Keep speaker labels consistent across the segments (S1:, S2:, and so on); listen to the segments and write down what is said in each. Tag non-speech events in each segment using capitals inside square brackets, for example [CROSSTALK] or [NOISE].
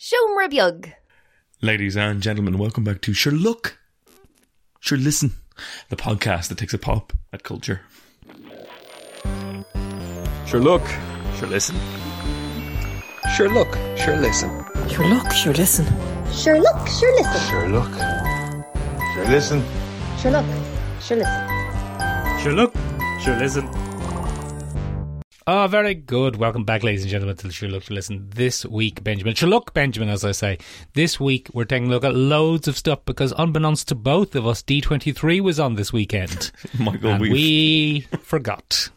S1: Shomra Bjug.
S2: Ladies and gentlemen, welcome back to Sure Look, Sure Listen, the podcast that takes a pop at culture. Sure Look, Sure Listen.
S3: Sure look, sure listen.
S4: Sure look, sure listen.
S5: Sure look, sure listen.
S3: Sure look. Sure listen.
S5: Sure look, sure listen.
S6: Sure look, sure listen. Oh, very good. Welcome back, ladies and gentlemen, to the Sure Look to Listen. This week, Benjamin. Sure look, Benjamin, as I say. This week, we're taking a look at loads of stuff because, unbeknownst to both of us, D23 was on this weekend.
S2: [LAUGHS] Michael,
S6: and
S2: we've,
S6: we forgot.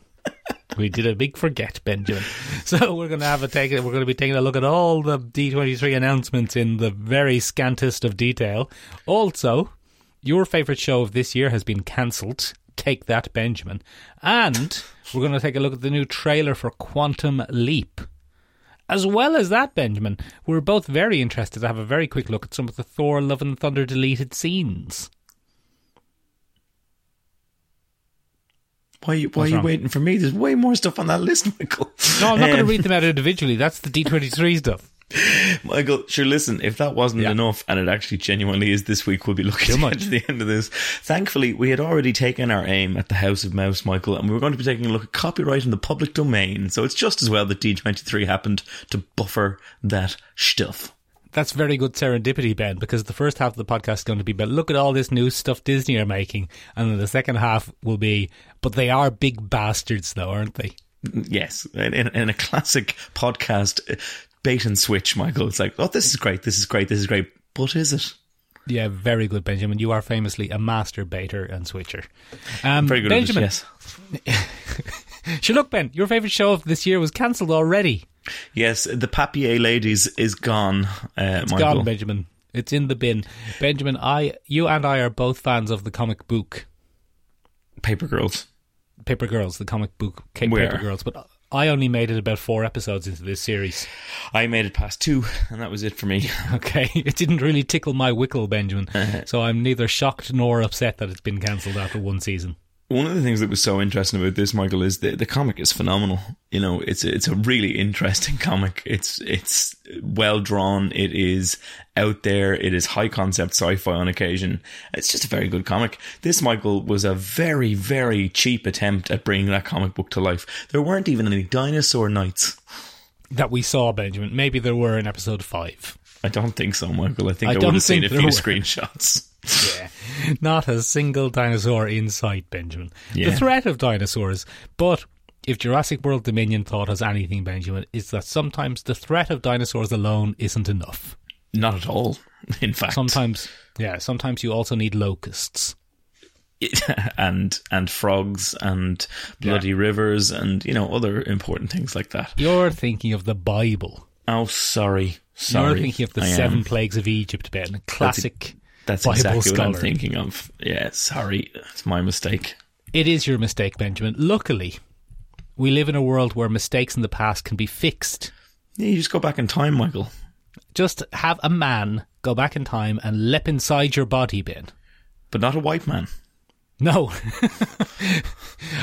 S6: We did a big forget, Benjamin. So we're going to have a take. We're going to be taking a look at all the D23 announcements in the very scantest of detail. Also, your favorite show of this year has been cancelled. Take that, Benjamin. And we're going to take a look at the new trailer for Quantum Leap. As well as that, Benjamin, we're both very interested to have a very quick look at some of the Thor Love and Thunder deleted scenes.
S2: why, why are
S6: What's
S2: you
S6: wrong?
S2: waiting for me? There's way more stuff on that list, [LAUGHS] Michael.
S6: No, I'm not
S2: [LAUGHS]
S6: going
S2: Um,
S6: to read them out individually. That's the D23 stuff.
S2: Michael, sure, listen, if that wasn't
S6: Yeah.
S2: enough, and it actually genuinely is this week, we'll be [LAUGHS] looking
S6: Too
S2: to
S6: much.
S2: get to the end of this. Thankfully, we had already taken our aim at the House of Mouse, Michael, and we were going to be taking a look at copyright in the public domain. So it's just as well that D23 happened to buffer that stuff.
S6: That's very good serendipity, Ben, because the first half of the podcast is going to be, but look at all this new stuff Disney are making. And then the second half will be, but they are big bastards, though, aren't they?
S2: Yes, in, in a classic podcast uh, bait and switch, Michael. It's like, oh, this is great, this is great, this is great. But is it?
S6: Yeah, very good, Benjamin. You are famously a master baiter and switcher. Um,
S2: Very good, at it,
S6: Benjamin.
S2: yes.
S6: Sure, look, Ben, your favourite show of this year was cancelled already.
S2: Yes, the Papier Ladies is gone, uh,
S6: It's
S2: Michael.
S6: gone, Benjamin. It's in the bin. Benjamin, I, you and I are both fans of the comic book.
S2: Paper Girls.
S6: Paper Girls, the comic book Cape
S2: We
S6: Paper
S2: are.
S6: Girls, but I only made it about four episodes into this series.
S2: I made it past two, and that was it for me. [LAUGHS]
S6: Okay, [LAUGHS] it didn't really tickle my wickle, Benjamin. so I'm neither shocked nor upset that it's been cancelled after one season.
S2: One of the things that was so interesting about this, Michael, is the the comic is phenomenal. You know, it's it's a really interesting [LAUGHS] comic. It's it's well drawn. It is out there. It is high concept sci-fi on occasion. It's just a very good comic. This, Michael, was a very very cheap attempt at bringing that comic book to life. There weren't even any dinosaur knights.
S6: That we saw, Benjamin. Maybe there were in episode five.
S2: I don't think so, Michael. I think
S6: I
S2: I, would
S6: don't
S2: have seen a
S6: think
S2: few
S6: there were.
S2: screenshots.
S6: Yeah. Not a single dinosaur in sight, Benjamin.
S2: Yeah.
S6: The threat of dinosaurs. But if Jurassic World Dominion taught us anything, Benjamin, is that sometimes the threat of dinosaurs alone isn't enough.
S2: Not at all. [LAUGHS] In fact,
S6: Sometimes, yeah, sometimes you also need locusts.
S2: [LAUGHS] and and frogs and bloody rivers and you know other important things like that.
S6: You're thinking of the Bible.
S2: Oh, sorry, sorry.
S6: You're thinking of the
S2: I am.
S6: seven plagues of Egypt, Ben. Classic.
S2: That's
S6: Bible
S2: exactly what
S6: scholar.
S2: I'm thinking of. Yeah, sorry, it's my mistake.
S6: It is your mistake, Benjamin. Luckily, we live in a world where mistakes in the past can be fixed.
S2: Yeah, you just go back in time, Michael.
S6: Just have a man go back in time and lep inside your body bin.
S2: But not a white man. [LAUGHS]
S6: No. [LAUGHS]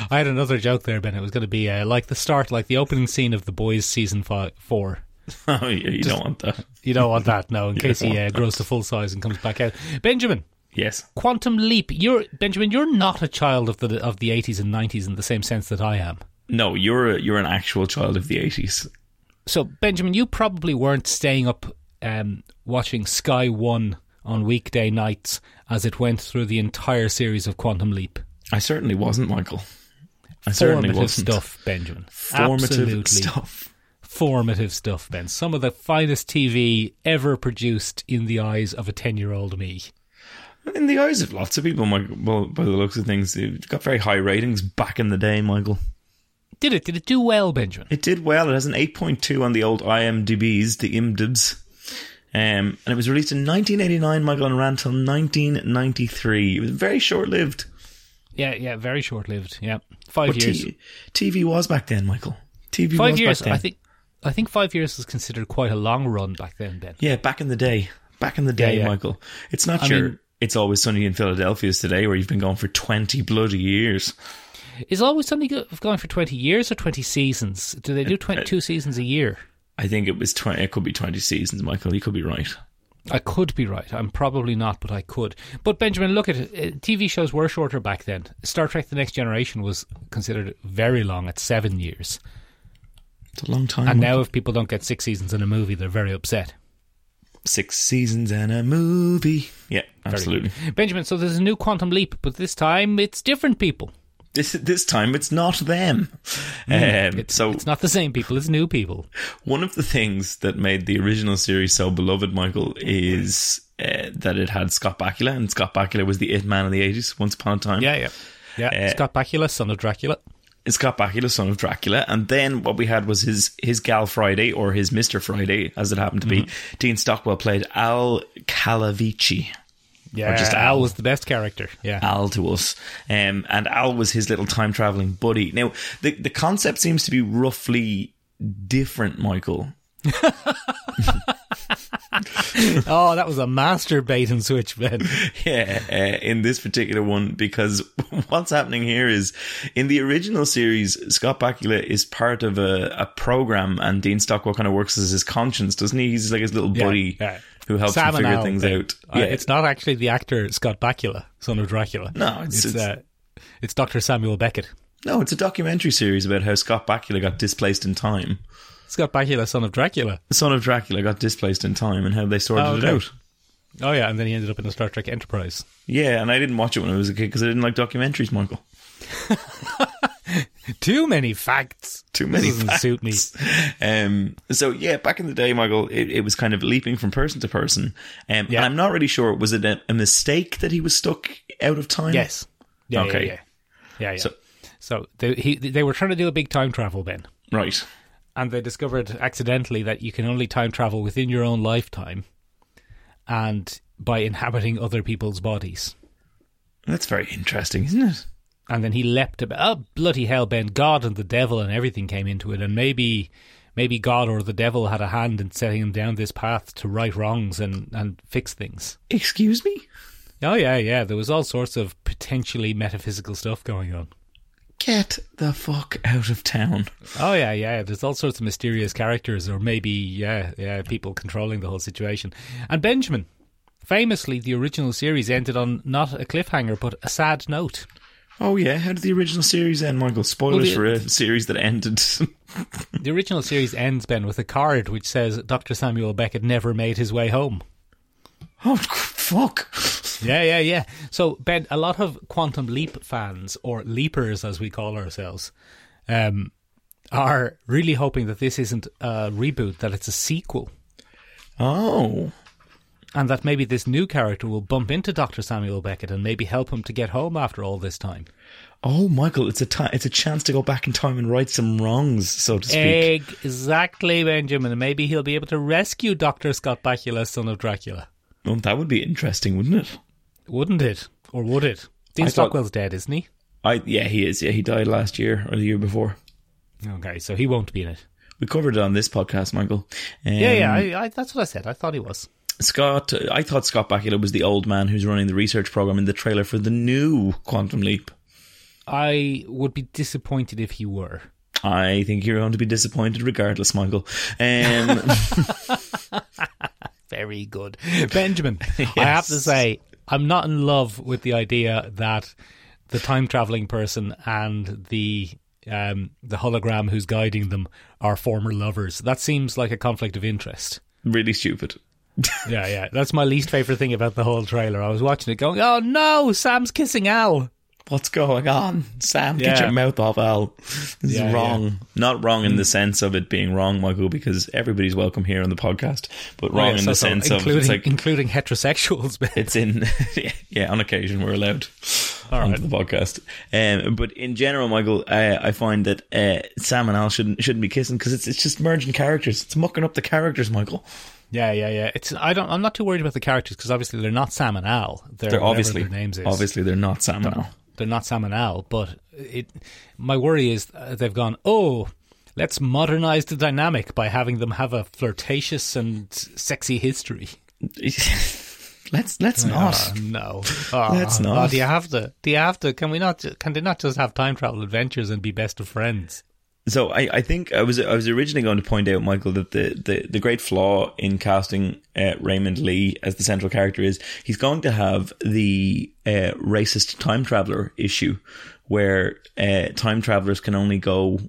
S6: I had another joke there, Ben. It was going to be uh, like the start, like the opening scene of The Boys season five, four.
S2: Oh, yeah, you don't want that.
S6: [LAUGHS] You don't want that, no, in case he
S2: want
S6: uh, grows to full size and comes back out. Benjamin,
S2: Yes,
S6: Quantum Leap. You're Benjamin. You're not a child of the of the eighties and nineties in the same sense that I am.
S2: no, you're a, you're an actual child of the eighties.
S6: So, Benjamin, you probably weren't staying up um, watching Sky One on weekday nights as it went through the entire series of Quantum Leap.
S2: I certainly wasn't, Michael. I certainly
S6: formative
S2: wasn't.
S6: stuff, Benjamin.
S2: Formative
S6: Absolutely
S2: stuff.
S6: formative stuff, Ben. Some of the finest TV ever produced in the eyes of a ten-year-old me.
S2: In the eyes of lots of people, Michael, well, by the looks of things, it got very high ratings back in the day, Michael.
S6: Did it? Did it do well, Benjamin?
S2: It did well. It has an 8.2 on the old IMDb's, the IMDb's. Um, and it was released in 1989, Michael, and ran till 1993. It was very short lived.
S6: Yeah, yeah. Very short-lived. Yeah, five
S2: But
S6: years.
S2: T- TV was back then, Michael. TV
S6: five
S2: was
S6: years.
S2: back then.
S6: I think. I think five years was considered quite a long run back then, Ben.
S2: Yeah, back in the day. Back in the day,
S6: yeah.
S2: Michael. It's not
S6: I
S2: your.
S6: mean-
S2: it's always sunny in Philadelphia's today, where you've been gone for 20 bloody years.
S6: Is always something go- going for 20 years or 20 seasons? Do they do 22 seasons a year?
S2: I think it was twenty. It could be twenty seasons, Michael. You could be right.
S6: I could be right. I'm probably not, but I could. But Benjamin, look at it. Uh, TV shows were shorter back then. Star Trek: The Next Generation was considered very long at seven years,
S2: It's a long time.
S6: and now if people don't get six seasons in a movie, they're very upset.
S2: six seasons and a movie. Yeah, absolutely.
S6: Benjamin, so there's a new Quantum Leap, but this time it's different people.
S2: This this time it's not them. um,
S6: It's,
S2: so
S6: it's not the same people; it's new people.
S2: One of the things that made the original series so beloved, Michael, is uh, that it had Scott Bakula, and Scott Bakula was the it man of the 80s, once upon a time.
S6: [LAUGHS] Yeah, yeah, yeah.
S2: Uh,
S6: Scott Bakula, son of Dracula.
S2: And Scott Bakula, son of Dracula. And then what we had was his, his gal Friday, or his Mr. Friday, as it happened to be. Dean Stockwell played Al Calavici.
S6: Yeah,
S2: just
S6: just
S2: Al.
S6: Al was the best character. Yeah, [LAUGHS]
S2: Al to us. Um, and Al was his little time traveling buddy. Now, the, the concept seems to be roughly different, Michael. [LAUGHS]
S6: Oh, that was a master bait and switch, Ben.
S2: yeah, uh, in this particular one because [LAUGHS] what's happening here is in the original series, Scott Bakula is part of a, a program, and Dean Stockwell kind of works as his conscience, doesn't he? He's like his little
S6: Yeah,
S2: buddy
S6: yeah.
S2: who helps
S6: Sam
S2: him
S6: and
S2: figure
S6: Al,
S2: things
S6: they-
S2: out.
S6: uh, It's not actually the actor Scott Bakula, son of Dracula.
S2: No, it's-
S6: it's it's,
S2: it's-
S6: uh, it's Dr. Samuel Beckett.
S2: no, it's a documentary series about how Scott Bakula got displaced in time.
S6: Scott Bakula, son of Dracula.
S2: The son of Dracula got displaced in time, and how they sorted
S6: Oh,
S2: it
S6: okay.
S2: out.
S6: Oh yeah, and then he ended up in the Star Trek Enterprise.
S2: Yeah, and I didn't watch it when I was a kid because I didn't like documentaries, Michael.
S6: Too many facts.
S2: Too many
S6: This doesn't
S2: facts.
S6: suit me.
S2: Um, so yeah, back in the day, Michael, it, it was kind of leaping from person to person. Um,
S6: Yeah.
S2: And I'm not really sure was it a, a mistake that he was stuck out of time?
S6: Yes. Yeah,
S2: Okay.
S6: Yeah, yeah. yeah, yeah.
S2: So-
S6: So, they, he, they were trying to do a big time travel, Ben,
S2: Right.
S6: and they discovered accidentally that you can only time travel within your own lifetime, and by inhabiting other people's bodies.
S2: That's very interesting, isn't it?
S6: and then he leapt about. Oh bloody hell, Ben! God and the devil and everything came into it, and maybe, maybe God or the devil had a hand in setting him down this path to right wrongs and and fix things.
S2: Excuse me.
S6: Oh yeah, yeah. There was all sorts of potentially metaphysical stuff going on.
S2: Get the fuck out of town.
S6: Oh yeah, yeah. There's all sorts of mysterious characters, or maybe yeah, yeah, people controlling the whole situation. And Benjamin, famously, the original series ended on not a cliffhanger but a sad note.
S2: Oh yeah, how did the original series end, Michael? Spoilers
S6: the-
S2: for a series that ended. [LAUGHS]
S6: The original series ends, Ben, with a card which says Dr. Samuel Beckett never made his way home.
S2: oh fuck.
S6: Yeah, yeah, yeah. So, Ben, a lot of Quantum Leap fans, or leapers as we call ourselves, um, are really hoping that this isn't a reboot, that it's a sequel,
S2: Oh.
S6: and that maybe this new character will bump into Dr. Samuel Beckett and maybe help him to get home after all this time.
S2: Oh, Michael, it's a ti it's a chance to go back in time and right some wrongs, so to speak.
S6: Exactly, Benjamin. And Maybe he'll be able to rescue Dr. Scott Bakula, son of Dracula.
S2: Well, that would be interesting, wouldn't it?
S6: Wouldn't it? Or would it? Dean
S2: I thought-
S6: Stockwell's dead, isn't he?
S2: I yeah, he is. Yeah, he died last year or the year before.
S6: Okay, so he won't be in it.
S2: We covered it on this podcast, Michael. Um,
S6: Yeah, yeah, I, I, that's what I said. I thought he was.
S2: Scott, I thought Scott Bakula was the old man who's running the research program in the trailer for the new Quantum Leap.
S6: I would be disappointed if he were.
S2: I think you're going to be disappointed, regardless, Michael.
S6: [LAUGHS]
S2: Um,
S6: Very [LAUGHS] good. Benjamin, I have to say, I'm not in love with the idea that the time traveling person and the um, the hologram who's guiding them are former lovers. That seems like a conflict of interest.
S2: really stupid.
S6: Yeah, yeah. That's my least favorite thing about the whole trailer. I was watching it going, oh no, Sam's kissing Al.
S2: What's going on, Sam? Get
S6: Yeah.
S2: your mouth off Al. This
S6: Yeah,
S2: is wrong. Mm. Not wrong in the sense of it being wrong, Michael, because everybody's welcome here on the podcast. But wrong
S6: Oh, Yeah,
S2: in
S6: so-
S2: the
S6: so
S2: sense of
S6: including,
S2: it's like
S6: including heterosexuals. [LAUGHS] Ben.
S2: it's in [LAUGHS] yeah on occasion we're allowed on the podcast um, but in general michael uh, i find that uh, sam and al shouldn't shouldn't be kissing because it's, it's just merging characters it's mucking up the characters michael
S6: Yeah, yeah, yeah. It's I don't. I'm not too worried about the characters because obviously they're not Sam and Al. They're,
S2: they're
S6: whatever
S2: obviously
S6: their names is.
S2: obviously they're not sam and al [LAUGHS]
S6: they're not Sam and Al. But it. My worry is uh, they've gone. Oh, let's modernize the dynamic by having them have a flirtatious and
S2: [LAUGHS]
S6: sexy history.
S2: let's let's not
S6: Oh, no, oh,
S2: Let's not.
S6: oh, do you have to? Do you have to? Can we not? ju- Can they not just have time travel adventures and be best of friends?
S2: So I, I think I was I was originally going to point out, Michael, that the, the, the great flaw in casting uh, Raymond Lee as the central character is he's going to have the uh, racist time traveler issue, where uh, time travelers can only go.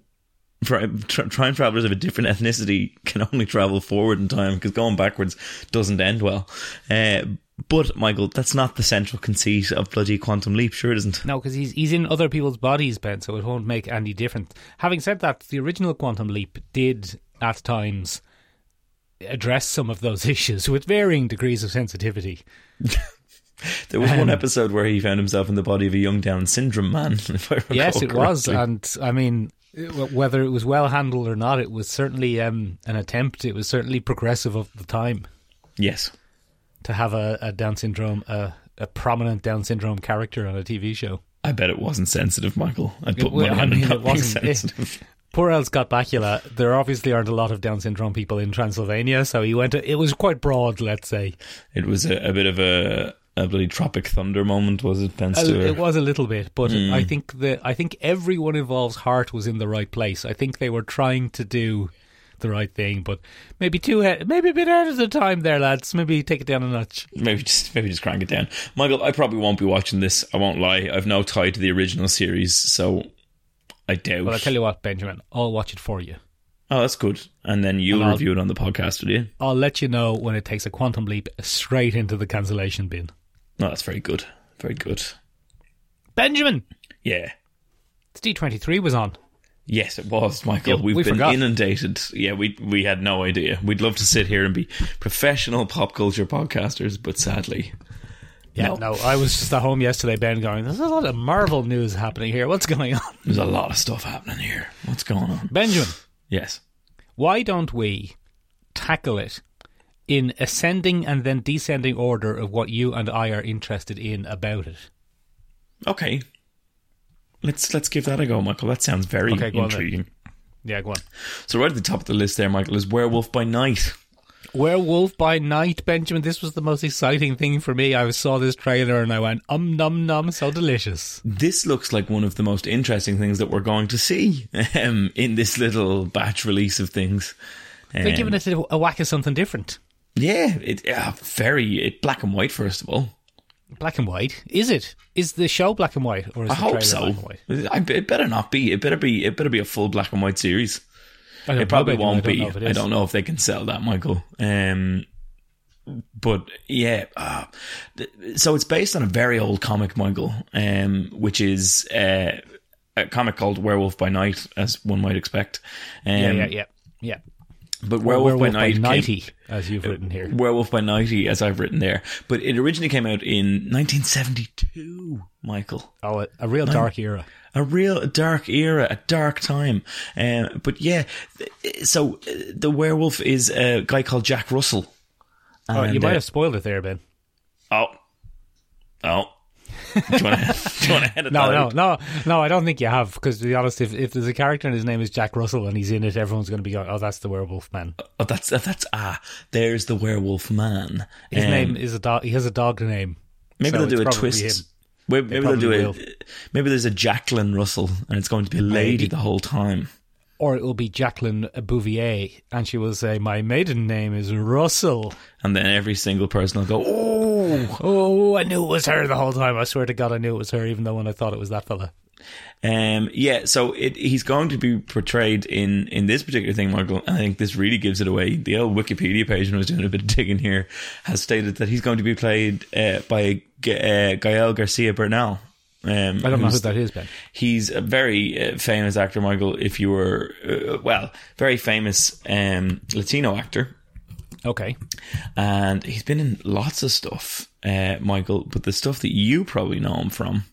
S2: Tra- tra- time travelers of a different ethnicity can only travel forward in time because going backwards doesn't end well. Uh, but Michael, that's not the central conceit of bloody quantum leap. Sure, it isn't.
S6: No, because he's he's in other people's bodies, Ben, so it won't make any difference. Having said that, the original Quantum Leap did at times address some of those [LAUGHS] issues with varying degrees of sensitivity.
S2: There was
S6: Um,
S2: one episode where he found himself in the body of a young Down syndrome man. [LAUGHS] If I recall
S6: yes, it was, uh,
S2: correctly.
S6: and I mean. it- Whether it was well handled or not, it was certainly um, an attempt. It was certainly progressive of the time
S2: yes,
S6: to have a, a Down syndrome, a, a prominent Down syndrome character on a TV show.
S2: I bet it wasn't sensitive, Michael. I put
S6: well,
S2: money
S6: I
S2: on
S6: mean,
S2: it
S6: it
S2: not being
S6: wasn't- it-
S2: sensitive.
S6: Poor L. Scott Bakula. There obviously aren't a lot of Down syndrome people in Transylvania, so he went. To, it was quite broad, let's say.
S2: It was a, a bit of a, a bloody Tropic Thunder moment, was it, Ben
S6: A-
S2: Stiller?
S6: Uh, it was a little bit, but
S2: Hmm.
S6: I think the I think everyone involved's heart was in the right place. I think they were trying to do the right thing, but maybe too he- maybe a bit out of the time there, lads. Maybe take it down a notch.
S2: Maybe just maybe just crank it down, Michael. I probably won't be watching this. I won't lie. I've no tie to the original series, so I doubt.
S6: But I tell you what, Benjamin, I'll watch it for you.
S2: oh, that's good. And then you'll
S6: And I'll-
S2: review it on the podcast, will you?
S6: I'll let you know when it takes a quantum leap straight into the cancellation bin.
S2: No, that's very good. Very good.
S6: Benjamin,
S2: Yeah.
S6: D twenty three was on.
S2: Yes, it was, Michael.
S6: Yeah,
S2: We've
S6: we
S2: been
S6: forgot.
S2: inundated. Yeah, we we had no idea. We'd love to sit here and be professional pop culture podcasters, but sadly,
S6: Yeah,
S2: No.
S6: no. I was just at home yesterday, Ben, going, there's a lot of Marvel news happening here. What's going on?
S2: there's a lot of stuff happening here. What's going on?
S6: [LAUGHS] Benjamin,
S2: Yes.
S6: why don't we tackle it in ascending and then descending order of what you and I are interested in about it?
S2: Okay. Let's let's give that a go, Michael. That sounds very
S6: Okay, go on then.
S2: intriguing.
S6: Yeah, go on.
S2: So right at the top of the list there, Michael, is Werewolf by Night.
S6: Werewolf by Night, Benjamin. This was the most exciting thing for me. I saw this trailer and I went, um, num, num, so delicious.
S2: This looks like one of the most interesting things that we're going to see um, in this little batch release of things.
S6: They're
S2: Um,
S6: giving us a, a whack of something different.
S2: yeah, it uh, very it, black and white first of all.
S6: Black and white. Is it? Is the show black and white? Or is
S2: I
S6: the
S2: hope
S6: trailer
S2: so.
S6: Black and white?
S2: I, it better not be. It better be. It better be a full black and white series.
S6: I don't
S2: It probably
S6: know, Benjamin.
S2: won't be.
S6: I don't know if it
S2: I
S6: is.
S2: don't know if they can sell that, Michael. Um, but yeah, uh, th- so it's based on a very old comic, Michael, um, which is uh, a comic called Werewolf by Night, as one might expect. Um,
S6: Yeah, yeah, yeah. Yeah.
S2: But Werewolf, by Night, came-
S6: Nighty, as you've written here.
S2: Werewolf by Nighty, as I've written there, but it originally came out in 1972, Michael.
S6: Oh, a, a real dark era.
S2: a real dark era, a dark time. Uh, but yeah, th- so uh, the werewolf is a guy called Jack Russell.
S6: Oh, you
S2: And,
S6: might
S2: uh,
S6: have spoiled it there, Ben.
S2: Oh, oh. [LAUGHS] do you want to edit
S6: No,
S2: that?
S6: no,
S2: out?
S6: no, no. I don't think you have, because to be honest, if, if there's a character and his name is Jack Russell and he's in it, everyone's going to be going, "Oh, that's the werewolf man."
S2: Oh, that's that's ah. There's the werewolf man.
S6: His
S2: Um,
S6: name is a dog. He has a dog name.
S2: Maybe
S6: so
S2: they'll do a
S6: it's probably
S2: twist.
S6: him.
S2: Maybe, maybe they'll do
S6: probably
S2: a.
S6: will.
S2: Maybe there's a Jacqueline Russell, and it's going to be a lady
S6: Maybe.
S2: the whole time.
S6: or it will be Jacqueline Bouvier, and she will say, "My maiden name is Russell."
S2: And then every single person will go, "Oh!"
S6: Oh, I knew it was her the whole time. I swear to God, I knew it was her, even though when I thought it was that fella.
S2: Um, yeah, so it, he's going to be portrayed in in this particular thing, Michael. I think this really gives it away. The old Wikipedia page, when I was doing a bit of digging here, has stated that he's going to be played uh, by G- uh, Gael Garcia Bernal. Um,
S6: I don't know who
S2: who's-
S6: that is, Ben.
S2: He's a very uh, famous actor, Michael. If you were, uh, well, very famous um, Latino actor,
S6: Okay,
S2: and he's been in lots of stuff, uh, Michael. But the stuff that you probably know him from.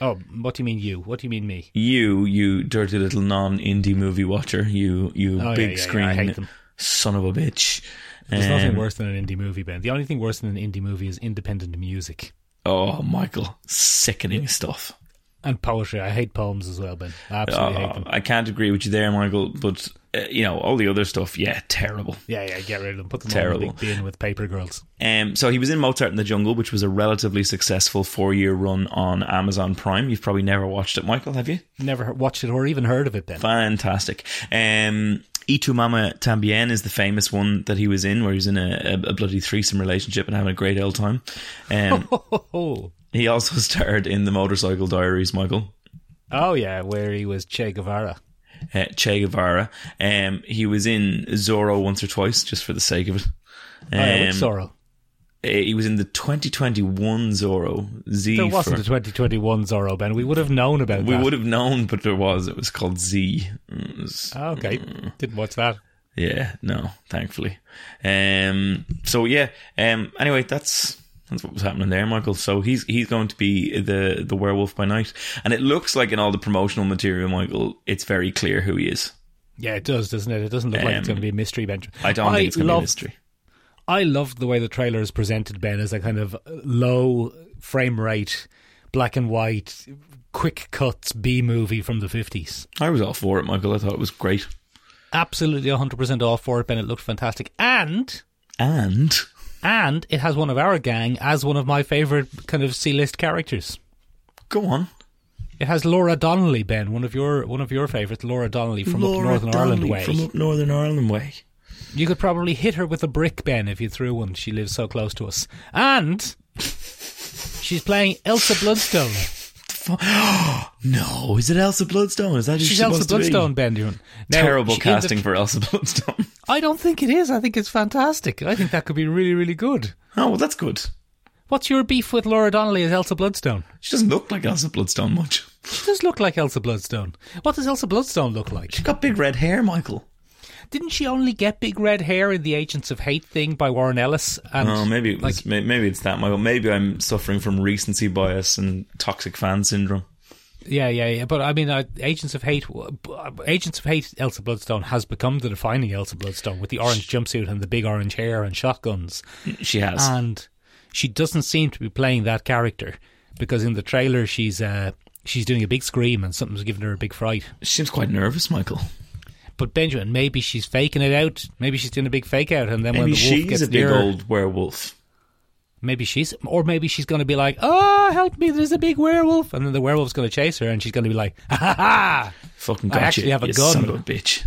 S6: Oh, what do you mean you? What do you mean me?
S2: you, you dirty little non indie movie watcher, you, you
S6: Oh, yeah,
S2: big
S6: yeah, yeah,
S2: screen
S6: I hate them.
S2: son of a bitch.
S6: There's nothing
S2: Um,
S6: worse than an indie movie, Ben. The only thing worse than an indie movie is independent music.
S2: Oh, Michael, sickening stuff.
S6: And poetry. I hate poems as well, Ben. I absolutely hate
S2: Uh,
S6: them.
S2: I can't agree with you there, Michael. But uh, you know all the other stuff. Yeah, terrible.
S6: Yeah, yeah, get rid of them. Put them all in
S2: Terrible.
S6: a big bin with paper girls.
S2: Um, so he was in Mozart in the Jungle, which was a relatively successful four-year run on Amazon Prime. You've probably never watched it, Michael, have you?
S6: Never he- watched it or even heard of it then.
S2: Fantastic. Um, E tu Mama Tambien is the famous one that he was in, where he's in a, a, a bloody threesome relationship and having a great old time.
S6: [LAUGHS]
S2: Um,
S6: [LAUGHS] Oh.
S2: he also [LAUGHS] starred in the Motorcycle Diaries, Michael.
S6: Oh, yeah, where he was Che Guevara.
S2: Uh, che Guevara. Um, he was in Zorro once or twice, just for the sake of it. Um,
S6: Oh, yeah, with Sorrel.
S2: uh, He was in the 2021 Zorro. Z
S6: There
S2: for-
S6: wasn't a 2021 Zorro, Ben. We would have known about
S2: E we
S6: that.
S2: would have known, but there was. It was called Z. Mm, It was-
S6: Oh, okay.
S2: Mm.
S6: Didn't watch that.
S2: Yeah, no, thankfully. Um, so yeah. Um, anyway, that's that's what was happening there, Michael. So he's he's going to be the the werewolf by night, and it looks like in all the promotional material, Michael, it's very clear who he is.
S6: Yeah, it does, doesn't it? It doesn't look like it's
S2: Um,
S6: going to be a mystery venture.
S2: I don't think it's going to be a
S6: loved-
S2: mystery.
S6: I loved the way the trailer is presented, Ben, as a kind of low frame rate, black and white, quick cuts B movie from the 50s.
S2: I was all for it, Michael. I thought it was great.
S6: Absolutely 100% all for it, Ben. It looked fantastic. And.
S2: And
S6: And it has one of our gang as one of my favourite kind of C list characters.
S2: go on,
S6: It has Laura Donnelly, Ben, one of your one of your favourites, Laura Donnelly from up
S2: Laura
S6: Northern Ireland
S2: Donnelly
S6: way.
S2: From up Northern Ireland way.
S6: You could probably hit her with a brick, Ben, if you threw one. She lives so close to us. And she's playing Elsa Bloodstone.
S2: [GASPS] No, is it Elsa Bloodstone? Is that who
S6: She's
S2: she
S6: Elsa
S2: wants to be?
S6: Bloodstone, Ben. Duran. Now,
S2: Terrible
S6: she- in the-
S2: casting for Elsa [LAUGHS] Bloodstone.
S6: I don't think it is. I think it's fantastic. I think that could be really, really good.
S2: oh, well, that's good.
S6: What's your beef with Laura Donnelly as Elsa Bloodstone?
S2: She doesn't look like Elsa Bloodstone much.
S6: She does look like Elsa Bloodstone. What does Elsa Bloodstone look like?
S2: She got big red hair, Michael.
S6: Didn't she only get big red hair in the Agents of Hate thing by Warren Ellis? And
S2: Oh, maybe it was, may- maybe it's that, Michael. Maybe I'm suffering from recency bias and toxic fan syndrome.
S6: Yeah, yeah, yeah. But I mean, uh, Agents of Hate, uh, Agents of Hate, Elsa Bloodstone has become the defining Elsa Bloodstone with the orange jumpsuit and the big orange hair and shotguns.
S2: She has.
S6: And she doesn't seem to be playing that character because in the trailer she's uh, she's doing a big scream and something's giving her a big fright.
S2: she seems quite nervous, Michael.
S6: But Benjamin, maybe she's faking it out. Maybe she's doing a big fake out, and then when
S2: Maybe
S6: the wolf
S2: she's
S6: gets
S2: a big
S6: near, her-
S2: old werewolf.
S6: maybe she's, or maybe she's going to be like, "Oh, help me! There's a big werewolf!" And then the werewolf's going to chase her, and she's going to be like, "Ha ha ha!" [LAUGHS]
S2: Fucking
S6: I
S2: got
S6: actually
S2: you,
S6: have a
S2: you
S6: gun.
S2: son of a bitch.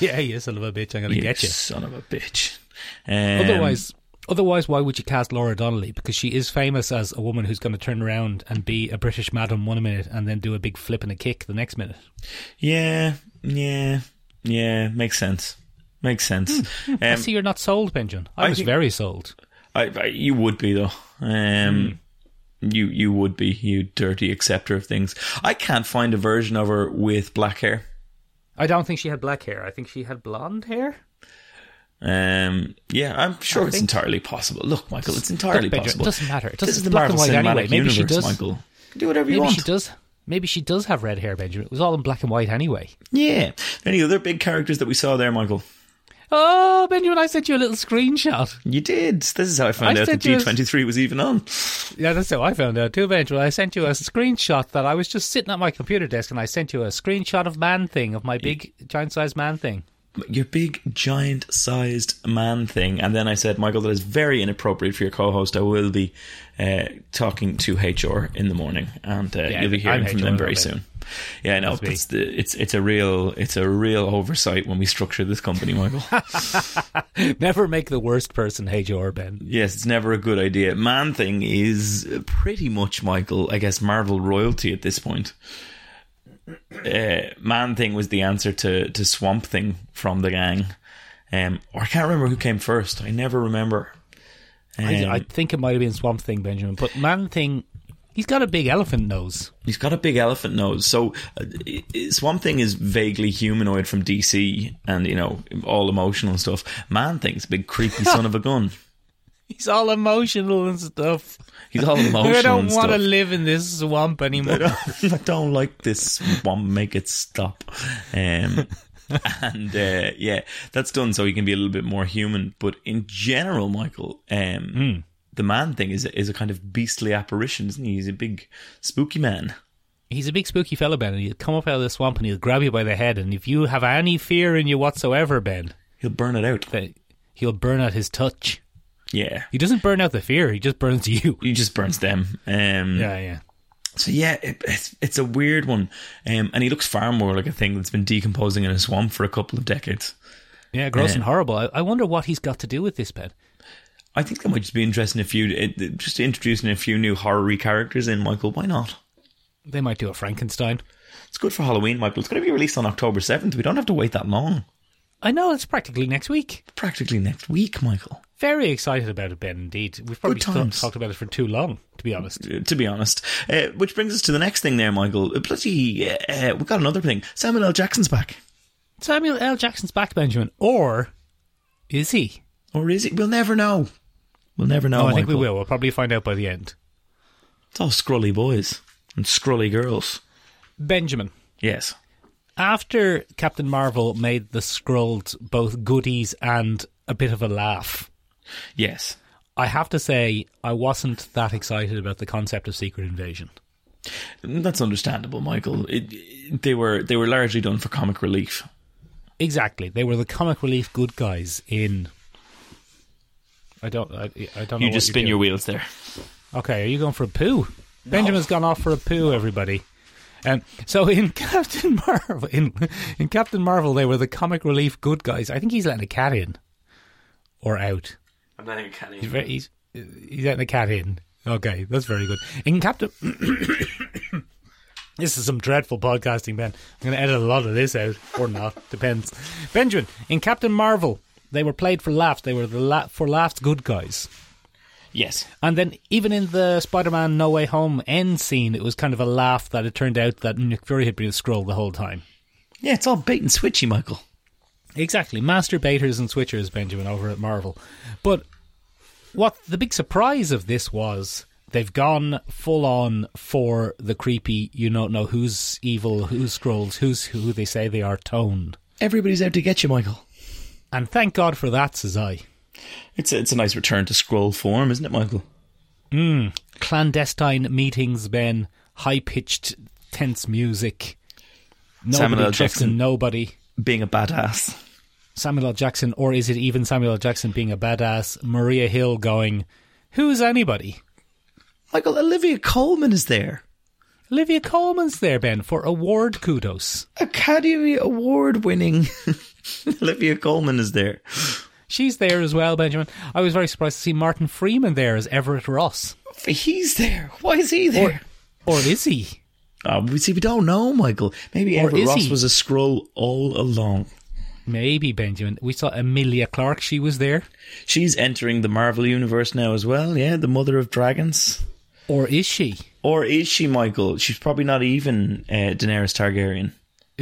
S6: Yeah, you son of a bitch! I'm going to
S2: You
S6: get you.
S2: son of a bitch. Um,
S6: Otherwise, otherwise, why would you cast Laura Donnelly? Because she is famous as a woman who's going to turn around and be a British madam one minute, and then do a big flip and a kick the next minute.
S2: Um, yeah, yeah, yeah. Makes sense. Makes sense.
S6: I
S2: Um,
S6: see you're not sold, Benjamin. I,
S2: I
S6: was
S2: think-
S6: very sold.
S2: I, I, you would be though. Um,
S6: Hmm.
S2: You you would be you dirty acceptor of things. I can't find a version of her with black hair.
S6: I don't think she had black hair. I think she had blonde hair.
S2: Um, yeah, I'm sure it's entirely possible. Look, Michael, it's entirely possible.
S6: Benjamin, It doesn't matter. It doesn't,
S2: this is the
S6: black and
S2: Marvel
S6: white
S2: Cinematic
S6: anyway. Maybe
S2: Universe,
S6: she does.
S2: Michael. You can Do whatever you
S6: Maybe
S2: want.
S6: she does. Maybe she does have red hair, Benjamin. It was all in black and white anyway.
S2: Yeah. Any other big characters that we saw there, Michael?
S6: Oh, Benjamin, I sent you a little screenshot.
S2: You did. This is how I found
S6: I
S2: out that
S6: said you was-
S2: G23 was even on.
S6: Yeah, that's how I found out too, Benjamin. I sent you a screenshot that I was just sitting at my computer desk and I sent you a screenshot of man thing, of my big giant sized man thing.
S2: Your big, giant sized man thing. And then I said, Michael, that is very inappropriate for your co host. I will be uh, talking to HR in the morning, and uh,
S6: Yeah,
S2: you'll be hearing
S6: I'm
S2: from
S6: HR
S2: them very
S6: about it.
S2: soon. Yeah, I know.
S6: me.
S2: It's, the, it's, it's, a real, it's a real oversight when we structure this company, Michael.
S6: [LAUGHS] Never make the worst person hate your Ben.
S2: Yes, it's never a good idea. Man Thing is pretty much Michael, I guess, Marvel royalty at this point. Uh, Man Thing was the answer to, to Swamp Thing from the gang. Um, or I can't remember who came first. I never remember.
S6: I,
S2: Um,
S6: I think it might have been Swamp Thing, Benjamin, but man thing, he's got a big elephant nose.
S2: He's got a big elephant nose. So uh, i- i- Swamp Thing is vaguely humanoid from DC and, you know, all emotional and stuff. Man Thing's a big
S6: [LAUGHS]
S2: creepy son of a gun.
S6: He's all emotional and stuff.
S2: He's all emotional
S6: I don't
S2: and
S6: want to
S2: stuff.
S6: live in this swamp anymore.
S2: [LAUGHS] I don't like this one. Make it stop. Um, [LAUGHS] and uh, yeah, that's done so he can be a little bit more human. But in general, Michael, um, the man thing is is a kind of beastly apparition, isn't he? He's a big spooky man.
S6: he's a big spooky fellow, Ben, and he'll come up out of the swamp and he'll grab you by the head. And if you have any fear in you whatsoever, Ben,
S2: He'll burn it out.
S6: that he'll burn out his touch.
S2: Yeah.
S6: He doesn't burn out the fear; he just burns [LAUGHS] you.
S2: He just burns them. Um,
S6: Yeah, yeah.
S2: So yeah, it, it's it's a weird one, um, and he looks far more like a thing that's been decomposing in a swamp for a couple of decades.
S6: Yeah, gross
S2: Yeah.
S6: and horrible. I, I wonder what he's got to do with this, Ben.
S2: I think that might just be interesting if you it, just introducing a few new horror characters in Michael. Why not?
S6: They might do a Frankenstein.
S2: It's good for Halloween, Michael. It's going to be released on October seventh. We don't have to wait that long.
S6: I know it's practically next week.
S2: Practically next week, Michael.
S6: Very excited about it, Ben. Indeed, we've probably
S2: Good
S6: still
S2: times.
S6: talked about it for too long, to be honest.
S2: uh, To be honest, uh, which brings us to the next thing there, Michael. Uh, Bloody, uh, uh, we got another thing. Samuel L. Jackson's back,
S6: Samuel L. Jackson's back, Benjamin, or is he?
S2: or is it? We'll never know. We'll never know.
S6: Oh, I think we
S2: Michael.
S6: will. We'll probably find out by the end.
S2: It's all scrully boys and scrully girls.
S6: Benjamin,
S2: Yes.
S6: after Captain Marvel made the Skrulls both goodies and a bit of a laugh,
S2: Yes.
S6: I have to say I wasn't that excited about the concept of Secret Invasion.
S2: That's understandable, Michael. It, it- they were they were largely done for comic relief.
S6: Exactly, they were the comic relief good guys in. I don't. I, I don't.
S2: You
S6: know what
S2: just
S6: you're
S2: spin
S6: doing.
S2: your wheels there.
S6: Okay, are you going for a poo? Benjamin's gone off for a poo, everybody. Um, so in [LAUGHS] Captain Marvel, in, in Captain Marvel, they were the comic relief good guys. I think he's letting a cat in or out.
S2: I'm letting a cat
S6: He's, very, he's, he's letting a cat in. Okay, that's very good. In Captain, [COUGHS] this is some dreadful podcasting, Ben. I'm going to edit a lot of this out or not, [LAUGHS] depends. Benjamin, in Captain Marvel, they were played for laughs. They were the la- for laughs good guys.
S2: Yes.
S6: And then even in the Spider-Man No Way Home end scene, it was kind of a laugh that it turned out that Nick Fury had been a scroll the whole time.
S2: Yeah, it's all bait and switchy, Michael.
S6: Exactly, masturbators and switchers, Benjamin over at Marvel. But what the big surprise of this was, they've gone full on for the creepy. You don't know who's evil, who's scrolls, who's who they say they are tone.
S2: Everybody's out to get you, Michael.
S6: And thank God for that, says I.
S2: It's a, it's a nice return to scroll form, isn't it, Michael?
S6: Clandestine meetings, Ben, high-pitched, tense music.
S2: Samuel L.
S6: Nobody trusts
S2: Jackson.
S6: nobody.
S2: Being a badass.
S6: Samuel L. Jackson, or is it even Samuel L. Jackson being a badass? Maria Hill going, Who's anybody?
S2: Michael, Olivia Coleman is there.
S6: Olivia Coleman's there, Ben, for award kudos.
S2: Academy Award winning [LAUGHS] Olivia Coleman is there.
S6: She's there as well, Benjamin. I was very surprised to see Martin Freeman there as Everett Ross.
S2: He's there. Why is he there?
S6: Or is he?
S2: Uh, we see, we don't know, Michael. Maybe
S6: Or
S2: Everett
S6: is
S2: Ross
S6: he?
S2: was a scroll all along.
S6: Maybe, Benjamin. We saw Amelia Clark, she was there.
S2: She's entering the Marvel universe now as well. Yeah, the mother of dragons.
S6: Or is she?
S2: Or is she Michael? She's probably not even uh, Daenerys Targaryen.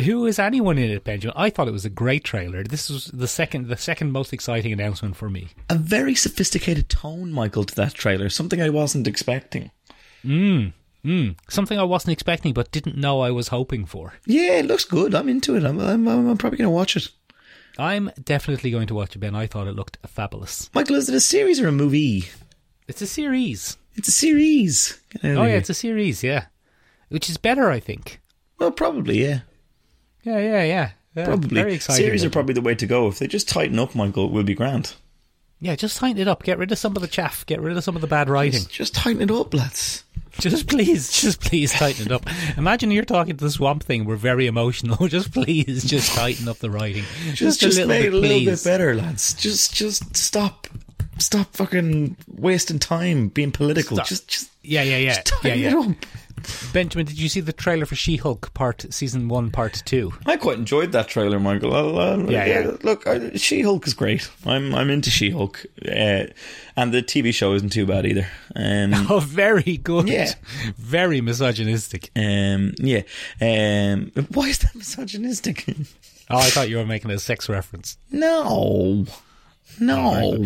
S6: Who is anyone in it, Benjamin? I thought it was a great trailer. This was the second the second most exciting announcement for me.
S2: A very sophisticated tone, Michael, to that trailer. Something I wasn't expecting.
S6: Hmm. Something I wasn't expecting but didn't know I was hoping for.
S2: Yeah, it looks good. I'm into it. I'm, I'm, I'm probably going to watch it.
S6: I'm definitely going to watch it, Ben. I thought it looked fabulous.
S2: Michael, is it a series or a movie?
S6: It's a series.
S2: It's a series. Get out of
S6: Oh yeah,
S2: here.
S6: it's a series. Yeah, which is better, I think.
S2: well, probably, yeah.
S6: Yeah, yeah, yeah. Yeah,
S2: Probably.
S6: Very exciting.
S2: Series are
S6: Ben.
S2: probably the way to go. If they just tighten up, Michael, we'll be grand.
S6: yeah, just tighten it up. Get rid of some of the chaff. Get rid of some of the bad writing.
S2: Just, just tighten it up, lads.
S6: Just please, [LAUGHS] just please tighten it up. Imagine you're talking to the Swamp Thing. We're very emotional. [LAUGHS] Just please, just tighten up the writing.
S2: just, just make it a little
S6: please.
S2: bit better, lads. Just just stop stop fucking wasting time being political.
S6: Stop.
S2: Just just
S6: Yeah, yeah, yeah,
S2: just
S6: yeah,
S2: tighten
S6: yeah.
S2: it up.
S6: Benjamin, did you see the trailer for She-Hulk Part Season One, Part Two? [LAUGHS]
S2: I quite enjoyed that trailer, Michael. I'll, I'll-
S6: Yeah, yeah.
S2: Look, I, She-Hulk is great. I'm I'm into She-Hulk, uh, and the TV show isn't too bad either.
S6: [LAUGHS]
S2: Um,
S6: Oh, very good.
S2: Yeah.
S6: very misogynistic.
S2: um, yeah. Um, why is that misogynistic? [LAUGHS]
S6: Oh, I thought you were making a sex reference.
S2: no, no.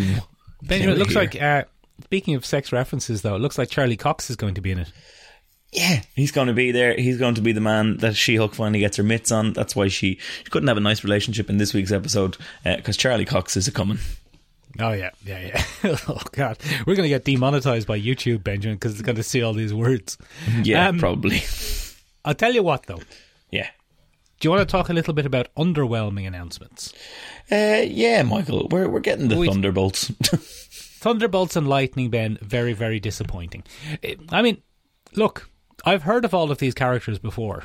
S6: Benjamin, it looks
S2: here.
S6: like, uh, speaking of sex references, though, it looks like Charlie Cox is going to be in it.
S2: Yeah, he's going to be there. He's going to be the man that She Hulk finally gets her mitts on. That's why she, she couldn't have a nice relationship in this week's episode because Charlie Cox is a coming.
S6: Oh, yeah, yeah, yeah. [LAUGHS] oh, God.
S2: [LAUGHS]
S6: We're going to get demonetized by YouTube, Benjamin, because it's going to see all these words.
S2: Yeah,
S6: Um,
S2: probably. [LAUGHS]
S6: I'll tell you what, though. Do
S2: Yeah.
S6: you want to talk a little bit about underwhelming announcements?
S2: Uh, yeah, Michael, we're, we're getting the
S6: We-
S2: Thunderbolts. [LAUGHS]
S6: Thunderbolts and Lightning Ben, very, very disappointing. Eh, I mean, look, I've heard of all of these characters before.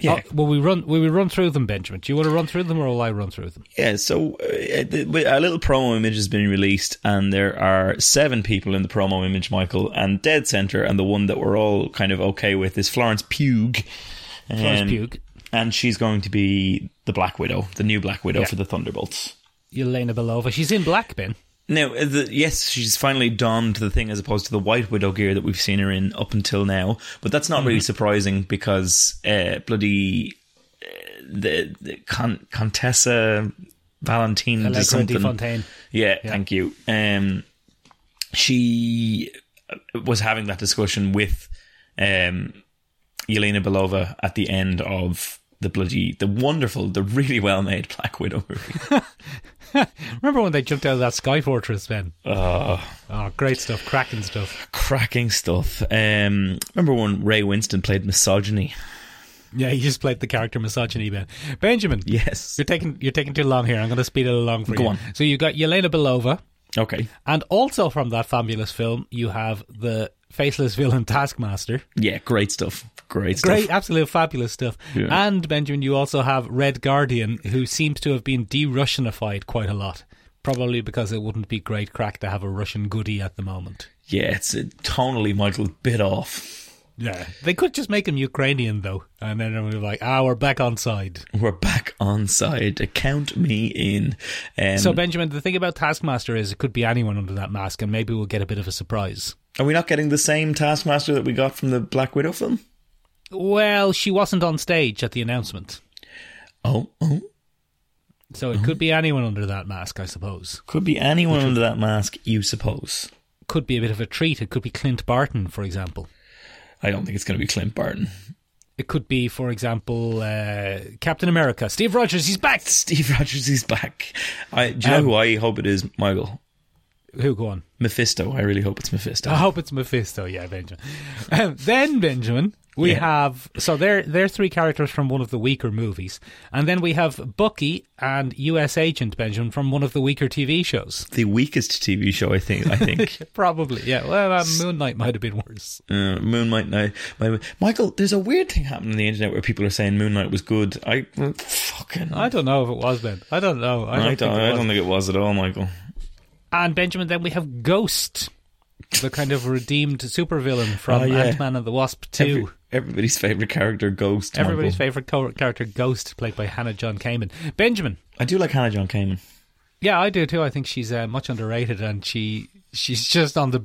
S2: yeah.
S6: Oh, will we run? Will we run through them, Benjamin? Do you want to run through them, or will I run through them?
S2: Yeah, so uh, the- a little promo image has been released, and there are seven people in the promo image, Michael, and dead center, and the one that we're all kind of okay with is Florence Pugh.
S6: Florence
S2: Um,
S6: Pugh.
S2: And she's going to be the Black Widow, the new Black Widow
S6: Yeah.
S2: for the Thunderbolts.
S6: Yelena Belova. She's in Black Ben.
S2: Now, uh, the, yes, she's finally donned the thing as opposed to the White Widow gear that we've seen her in up until now, but that's not
S6: Mm.
S2: really surprising because uh, bloody uh, the, the Con- Contessa Valentina de
S6: Allegra
S2: something.
S6: de Fontaine.
S2: Yeah, thank you. Um, she was having that discussion with um, Yelena Belova at the end of the bloody, the wonderful, the really well made [LAUGHS] Black Widow movie.
S6: Remember when they jumped out of that sky fortress, Ben? Oh,
S2: Uh.
S6: great stuff, cracking stuff.
S2: Cracking stuff. Um, remember when Ray Winston played misogyny? [LAUGHS]
S6: Yeah, you just played the character misogyny, Ben. Benjamin,
S2: Yes.
S6: you're taking you're taking too long here. I'm going to speed it along for
S2: Go
S6: you.
S2: on.
S6: So you got Yelena Belova,
S2: Okay.
S6: and also from that fabulous film, you have the faceless villain Taskmaster.
S2: Yeah, great stuff. Great stuff.
S6: Great, absolute fabulous stuff.
S2: Yeah.
S6: And Benjamin, you also have Red Guardian, who seems to have been de-Russianified quite a lot, probably because it wouldn't be great crack to have a Russian goodie at the moment.
S2: Yeah, it's uh, tonally Michael bit off.
S6: Yeah, they could just make him Ukrainian though, and then we're like, ah, we're back on side.
S2: We're back on side. Count me in. Um,
S6: So Benjamin, the thing about Taskmaster is it could be anyone under that mask, and maybe we'll get a bit of a surprise.
S2: Are we not getting the same Taskmaster that we got from the Black Widow film?
S6: Well, she wasn't on stage at the announcement,
S2: Oh, oh.
S6: so it could be anyone under that mask, I suppose.
S2: Could be anyone under that mask, you suppose.
S6: Could be a bit of a treat. It could be Clint Barton, for example.
S2: I don't think it's going to be Clint Barton. [LAUGHS]
S6: It could be, for example, uh, Captain America. Steve Rogers, he's back.
S2: Steve Rogers is back. I, do you
S6: Um,
S2: know who I hope it is, Michael?
S6: Who go on?
S2: Mephisto. I really hope it's Mephisto.
S6: I hope it's Mephisto. Yeah, Benjamin. [LAUGHS] Um, then Benjamin, we
S2: Yeah.
S6: have so they're they're three characters from one of the weaker movies, and then we have Bucky and U.S. Agent Benjamin from one of the weaker TV shows.
S2: The weakest TV show, I think. I [LAUGHS] think
S6: Probably, yeah. Well, uh, Moon Knight might have been worse.
S2: uh, Moon Knight. Now, my, Michael, there's a weird thing happening on the internet where people are saying Moon Knight was good. I well, fucking.
S6: I don't know if it was Ben. I don't know. I don't.
S2: I
S6: think
S2: don't,
S6: it
S2: I
S6: was.
S2: don't think it was at all, Michael.
S6: And Benjamin, then we have Ghost, the kind of redeemed supervillain from
S2: Oh, yeah.
S6: Ant Man and the Wasp Two.
S2: Every- everybody's favorite character, Ghost.
S6: Everybody's
S2: Michael.
S6: favorite co- character, Ghost, played by Hannah John Kamen. Benjamin.
S2: I do like Hannah John Kamen.
S6: Yeah, I do too. I think she's uh, much underrated, and she she's just on the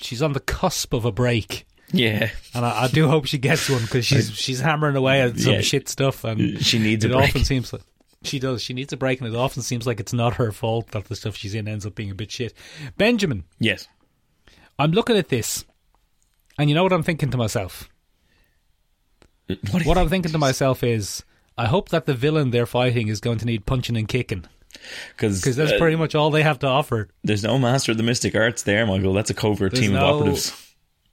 S6: she's on the cusp of a break.
S2: Yeah,
S6: And I, I do hope she gets one because she's she's hammering away at some
S2: Yeah.
S6: shit stuff, and
S2: She needs a
S6: it.
S2: break.
S6: Often seems like she does. She needs a break, and it often seems like it's not her fault that the stuff she's in ends up being a bit shit. Benjamin,
S2: Yes.
S6: I'm looking at this, and you know what I'm thinking to myself.
S2: What?
S6: What I'm thinking to myself is, I hope that the villain they're fighting is going to need punching and kicking.
S2: Because
S6: because that's pretty much all they have to offer.
S2: uh, there's no master of the mystic arts there, Michael. That's a covert
S6: There's
S2: team
S6: no-
S2: of operatives.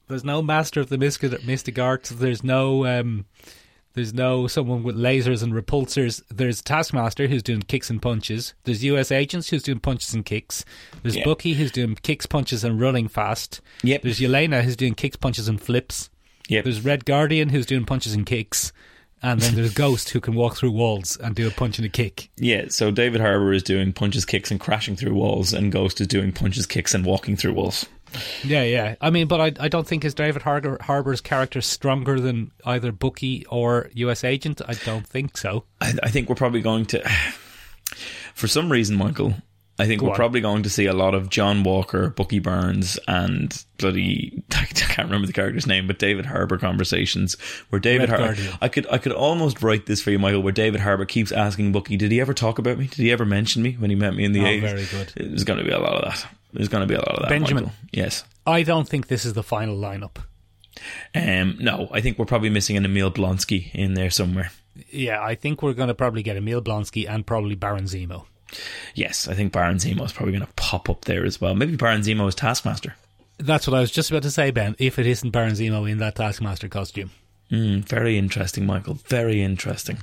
S6: There's no master of the mystic, mystic arts. There's no, um, there's no someone with lasers and repulsors. There's Taskmaster who's doing kicks and punches. There's U.S. agents who's doing punches and kicks. There's
S2: Yeah.
S6: Bucky who's doing kicks, punches, and running fast.
S2: Yep.
S6: There's Yelena who's doing kicks, punches, and flips.
S2: Yep.
S6: There's Red Guardian who's doing punches and kicks. And then there's Ghost who can walk through walls and do a punch and a kick.
S2: Yeah, so David Harbour is doing punches, kicks, and crashing through walls, and Ghost is doing punches, kicks, and walking through walls.
S6: Yeah, yeah. I mean, but I, I don't think is David Harbour, Harbour's character stronger than either Bucky or U.S. Agent. I don't think so.
S2: I, I think we're probably going to, [SIGHS] for some reason, Michael. I think we're
S6: on.
S2: probably going to see a lot of John Walker, Bucky Barnes, and bloody [LAUGHS] I can't remember the character's name, but David Harbour conversations where David
S6: Red
S2: Harbour.
S6: Guardian.
S2: I could I could almost write this for you, Michael, where David Harbour keeps asking Bucky, "Did he ever talk about me? Did he ever mention me when he met me in the
S6: Oh,
S2: 80s?
S6: very good.
S2: There's going to be a lot of that. There's going to be a lot of that.
S6: Benjamin.
S2: Michael. yes.
S6: I don't think this is the final lineup.
S2: Um, no, I think we're probably missing an Emil Blonsky in there somewhere.
S6: Yeah, I think we're going to probably get Emil Blonsky and probably Baron Zemo.
S2: Yes, I think Baron Zemo is probably going to pop up there as well. Maybe Baron Zemo is Taskmaster.
S6: That's what I was just about to say, Ben. If it isn't Baron Zemo in that Taskmaster costume,
S2: Mm, very interesting, Michael. Very interesting.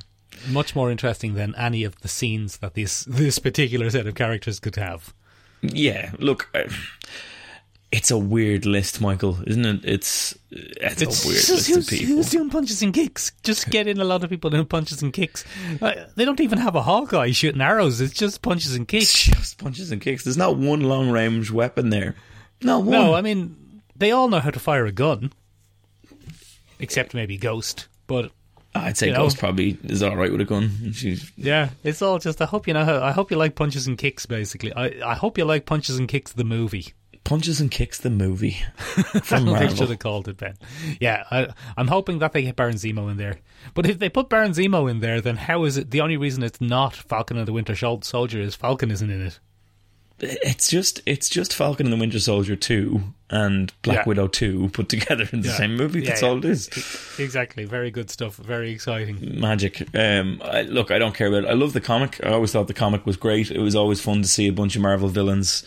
S6: Much more interesting than any of the scenes that this this particular set of characters could have.
S2: Yeah, look, I- it's a weird list, Michael, isn't it? It's it's, a weird
S6: who's,
S2: list
S6: who's,
S2: of people.
S6: who's doing punches and kicks? Just get in a lot of people doing punches and kicks. Uh, they don't even have a Hawkeye shooting arrows. It's just punches and kicks.
S2: It's just punches and kicks. There's not one long range weapon there. Not one.
S6: No, I mean they all know how to fire a gun, except maybe Ghost. But
S2: I'd say
S6: you know.
S2: Ghost probably is all right with a gun. She's
S6: yeah, it's all just. I hope you know. How, I hope you like punches and kicks. Basically, I I hope you like punches and kicks. The movie. [LAUGHS]
S2: punches and kicks the movie from
S6: They should
S2: Marvel.
S6: have called it Ben. Yeah, I, I'm hoping that they get Baron Zemo in there. But if they put Baron Zemo in there, then how is it? The only reason it's not Falcon and the Winter Shol- Soldier is Falcon isn't in it.
S2: It's just it's just Falcon and the Winter Soldier two and Black
S6: Yeah.
S2: Widow two put together in the
S6: Yeah.
S2: same movie.
S6: Yeah,
S2: That's
S6: yeah.
S2: all it is.
S6: Exactly. Very good stuff. Very exciting.
S2: magic. Um, I, look, I don't care about it. I love the comic. I always thought the comic was great. It was always fun to see a bunch of Marvel villains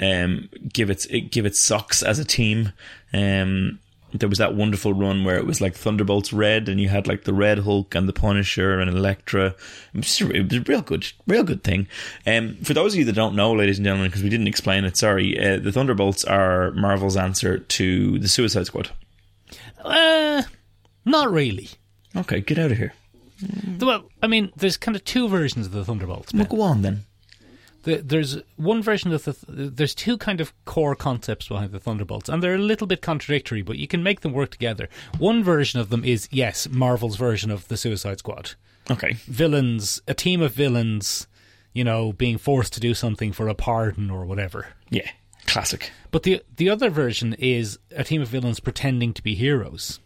S2: um, give its it, give its socks as a team. Um, there was that wonderful run where it was like Thunderbolts Red, and you had like the Red Hulk and the Punisher and Elektra. It was, just a- it was a real good, real good thing. Um, for those of you that don't know, ladies and gentlemen, because we didn't explain it, sorry. Uh, the Thunderbolts are Marvel's answer to the Suicide Squad.
S6: Uh, not really.
S2: Okay, get out of here.
S6: Well, I mean, there's kind of two versions of the Thunderbolts. Ben.
S2: Well, go on then.
S6: The- There's one version of the. Th- there's two kind of core concepts behind the Thunderbolts, and they're a little bit contradictory, but you can make them work together. One version of them is, yes, Marvel's version of the Suicide Squad.
S2: Okay.
S6: villains, a team of villains, you know, being forced to do something for a pardon or whatever.
S2: Yeah. Classic.
S6: But the the other version is a team of villains pretending to be heroes,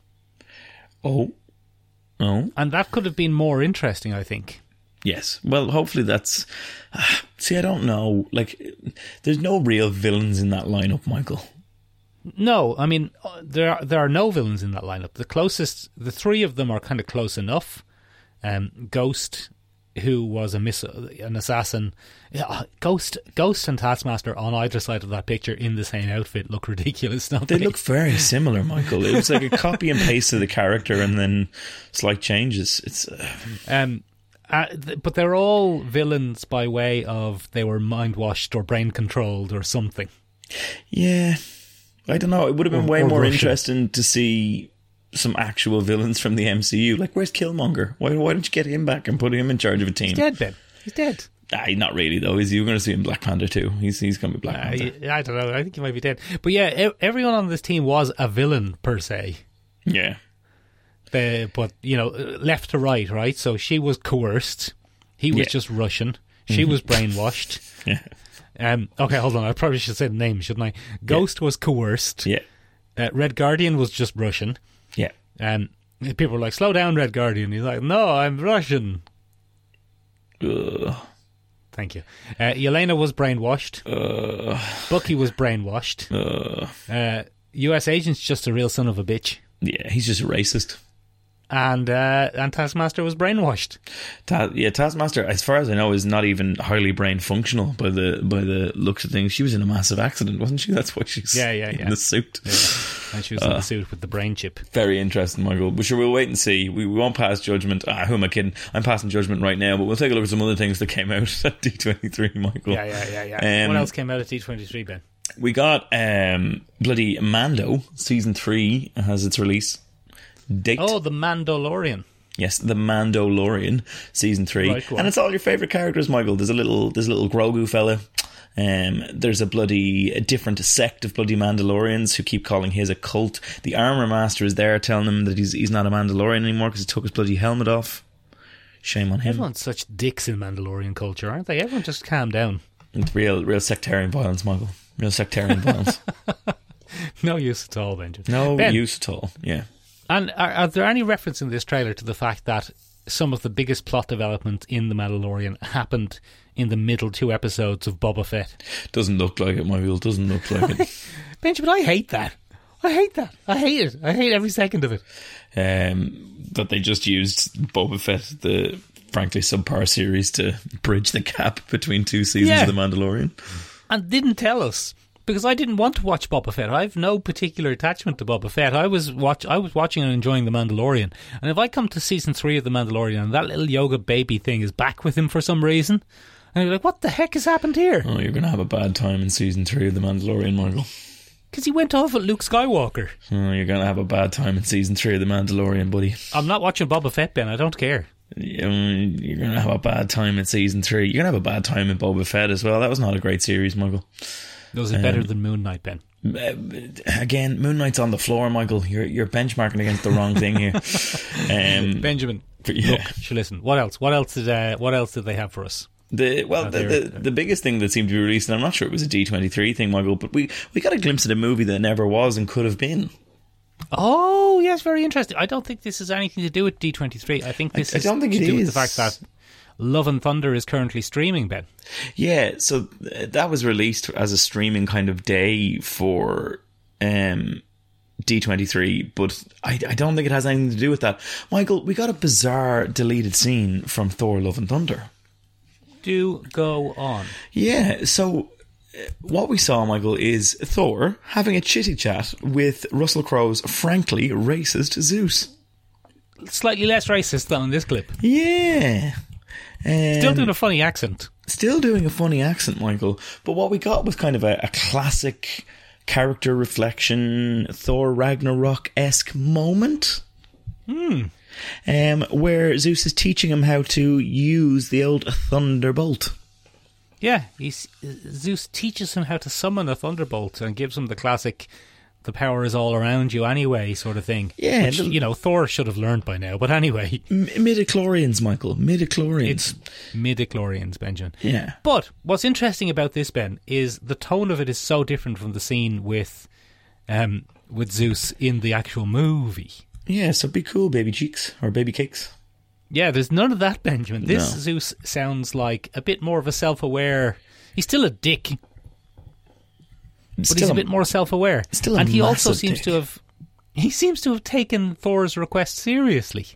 S2: Oh. Oh.
S6: and that could have been more interesting, I think.
S2: Yes. Well, hopefully that's. [SIGHS] See, I don't know. Like, there's no real villains in that lineup, Michael.
S6: No, I mean uh, there are, there are no villains in that lineup. The closest, the three of them are kind of close enough. Um, Ghost, who was a miss, uh, an assassin, Yeah, uh, Ghost, Ghost and Taskmaster on either side of that picture in the same outfit look ridiculous. [LAUGHS] Don't
S2: They look very similar, Michael. It was like a copy and paste of the character and then slight changes. It's. Uh,
S6: Um, uh, th- but they're all villains by way of they were mind washed or brain controlled or something.
S2: yeah. I don't know. It would have been
S6: Or-
S2: way
S6: or
S2: more
S6: Russian.
S2: interesting to see some actual villains from the MCU. Like, where's Killmonger? Why, why don't you get him back and put him in charge of a team?
S6: He's dead, Ben. He's dead.
S2: Ah, not really, though. Is you going to see him in Black Panther too? He's he's going to be Black
S6: I,
S2: Panther.
S6: I don't know. I think he might be dead. But yeah, e- everyone on this team was a villain per se.
S2: yeah.
S6: They, but you know, left to right, right. So she was coerced. He was
S2: Yeah. Mm-hmm.
S6: just Russian. She was brainwashed.
S2: Yeah.
S6: Um, okay, hold on. I probably should say the name, shouldn't I? Ghost was coerced.
S2: Yeah.
S6: Uh, Red Guardian was just Russian.
S2: Yeah.
S6: Um, people were like, "Slow down, Red Guardian." He's like, "No, I'm Russian."
S2: Ugh.
S6: Thank you. Uh, Yelena was brainwashed.
S2: Uh.
S6: Bucky was brainwashed.
S2: [LAUGHS]
S6: Uh, U.S. agent's just a real son of a bitch,
S2: Yeah, he's just a racist.
S6: and uh, and Taskmaster was brainwashed.
S2: Ta- yeah, Taskmaster, as far as I know, is not even highly brain functional by the by the looks of things. She was in a massive accident, wasn't she? That's why she's
S6: Yeah, yeah,
S2: in
S6: yeah.
S2: the suit.
S6: And she was in
S2: Uh.
S6: the suit with the brain chip.
S2: Very interesting, Michael. But sure, we'll wait and see. We, we won't pass judgment. Ah, who am I kidding? I'm passing judgment right now, but we'll take a look at some other things that came out [LAUGHS] at D23, Michael.
S6: Yeah, yeah, yeah, yeah.
S2: Um,
S6: what else came out at D23, Ben?
S2: We got um, bloody Mando season three has its release date.
S6: Oh, the Mandalorian.
S2: Yes, the Mandalorian season three,
S6: Right, go on.
S2: and it's all your favorite characters. Michael, there's a little, there's a little Grogu fella. Um, there's a bloody a different sect of bloody Mandalorians who keep calling his a cult. The armor master is there telling him that he's he's not a Mandalorian anymore because he took his bloody helmet off. Shame on him.
S6: Everyone's such dicks in Mandalorian culture, aren't they? Everyone just calm down. [LAUGHS]
S2: It's real, real sectarian violence, Michael. Real sectarian
S6: [LAUGHS]
S2: violence.
S6: No use at all, Benjamin.
S2: No
S6: Ben,
S2: use at all. Yeah.
S6: And are, are there any reference in this trailer to the fact that some of the biggest plot development in The Mandalorian happened in the middle two episodes of Boba Fett?
S2: Doesn't look like it, Michael. Doesn't look
S6: [LAUGHS]
S2: like it.
S6: Benjamin, I hate that. I hate that. I hate it. I hate every second of it.
S2: um, that they just used Boba Fett, the frankly subpar series, to bridge the gap between two seasons
S6: Yeah.
S2: of The Mandalorian.
S6: And didn't tell us. because I didn't want to watch Boba Fett. I've no particular attachment to Boba Fett. I was watch I was watching and enjoying The Mandalorian. And if I come to season three of The Mandalorian and that little yoga baby thing is back with him for some reason, and you're like, what the heck has happened here?
S2: Oh, you're going to have a bad time in season three of The Mandalorian, Michael.
S6: Because he went off at Luke Skywalker.
S2: Oh, you're going to have a bad time in season three of The Mandalorian, buddy.
S6: I'm not watching Boba Fett, Ben. I don't care.
S2: Um, You're going to have a bad time in season three. You're going to have a bad time in Boba Fett as well. That was not a great series, Michael.
S6: Was it better than Moon Knight, Ben?
S2: Uh, Again, Moon Knight's on the floor, Michael. You're you're benchmarking against the wrong thing here. Um,
S6: Benjamin,
S2: but yeah.
S6: look, sure, listen. What else? What else did uh, What else did they have for us?
S2: The well, the,
S6: there-
S2: the, the biggest thing that seemed to be released, and I'm not sure it was a D23 thing, Michael, but we, we got a glimpse at a movie that never was and could have been.
S6: Oh, yes, very interesting. I don't think this has anything to do with D23. I think this
S2: I
S6: is
S2: don't think
S6: to
S2: it
S6: do with the
S2: is.
S6: fact that Love and Thunder is currently streaming, Ben.
S2: Yeah, so uh, that was released as a streaming kind of day for um, D23, but I, I don't think it has anything to do with that. Michael, we got a bizarre deleted scene from Thor Love and Thunder.
S6: Do go on.
S2: Yeah, so uh, what we saw, Michael, is Thor having a chitty chat with Russell Crowe's frankly racist Zeus.
S6: Slightly less racist than on this clip.
S2: Yeah. Um,
S6: Still doing a funny accent.
S2: still doing a funny accent, Michael. But what we got was kind of a, a classic character reflection, Thor Ragnarok esque moment. Hmm. Um, where Zeus is teaching him how to use the old thunderbolt.
S6: Yeah, he's, Zeus teaches him how to summon a thunderbolt and gives him the classic "the power is all around you anyway" sort of thing.
S2: Yeah,
S6: which,
S2: the- Mm.
S6: you know, Thor should have learned by now. But anyway,
S2: M- midichlorians, Michael. Midichlorians.
S6: it's midichlorians, Benjamin.
S2: yeah.
S6: But what's interesting about this, Ben, is the tone of it is so different from the scene with, um, with Zeus in the actual movie.
S2: Yeah, so be cool, baby cheeks or baby cakes.
S6: Yeah, there's none of that, Benjamin. This
S2: No.
S6: Zeus sounds like a bit more of a self-aware. He's still a dick, but he's a bit more self-aware.
S2: still a
S6: and he also
S2: massive
S6: seems
S2: dick.
S6: to have he seems to have taken Thor's request seriously.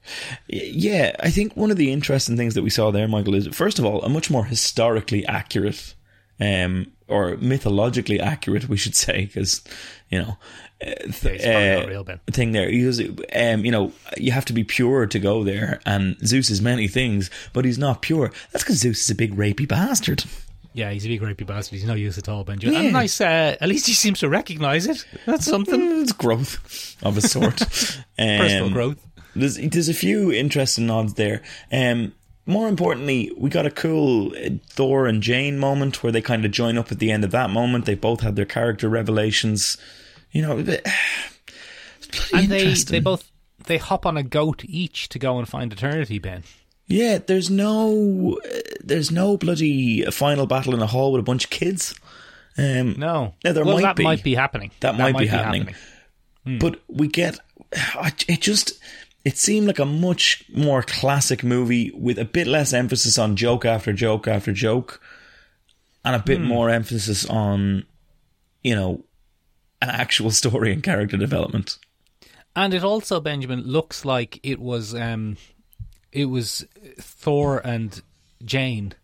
S2: Yeah, I think one of the interesting things that we saw there, Michael, is first of all a much more historically accurate, um, or mythologically accurate, we should [LAUGHS] say, because you know, uh, th-
S6: it's probably not
S2: uh,
S6: real, Ben.
S2: thing there. Because, um, you know, you have to be pure to go there, and Zeus is many things, but he's not pure. That's because Zeus is a big rapey bastard.
S6: Yeah, he's a big rapey bastard. He's no use at all, Benjamin. And
S2: Yeah.
S6: nice. Uh, at least he seems to recognise it. That's
S2: [LAUGHS]
S6: something.
S2: It's growth of a sort.
S6: [LAUGHS] Personal
S2: Um,
S6: growth.
S2: There's there's a few interesting nods there. Um, more importantly, we got a cool uh, Thor and Jane moment where they kind of join up at the end of that moment. They both had their character revelations. You know, [SIGHS] it- it's bloody
S6: and they,
S2: interesting.
S6: they both they hop on a goat each to go and find eternity ben
S2: yeah. There's no uh, there's no bloody final battle in a hall with a bunch of kids. Um,
S6: no
S2: No, there
S6: well,
S2: might
S6: that
S2: be.
S6: might be happening
S2: That might be happening. but we get I- it just it seemed like a much more classic movie with a bit less emphasis on joke after joke after joke and a bit more emphasis on you know an actual [LAUGHS] story and character development
S6: and it also benjamin looks like it was um it was uh, thor and jane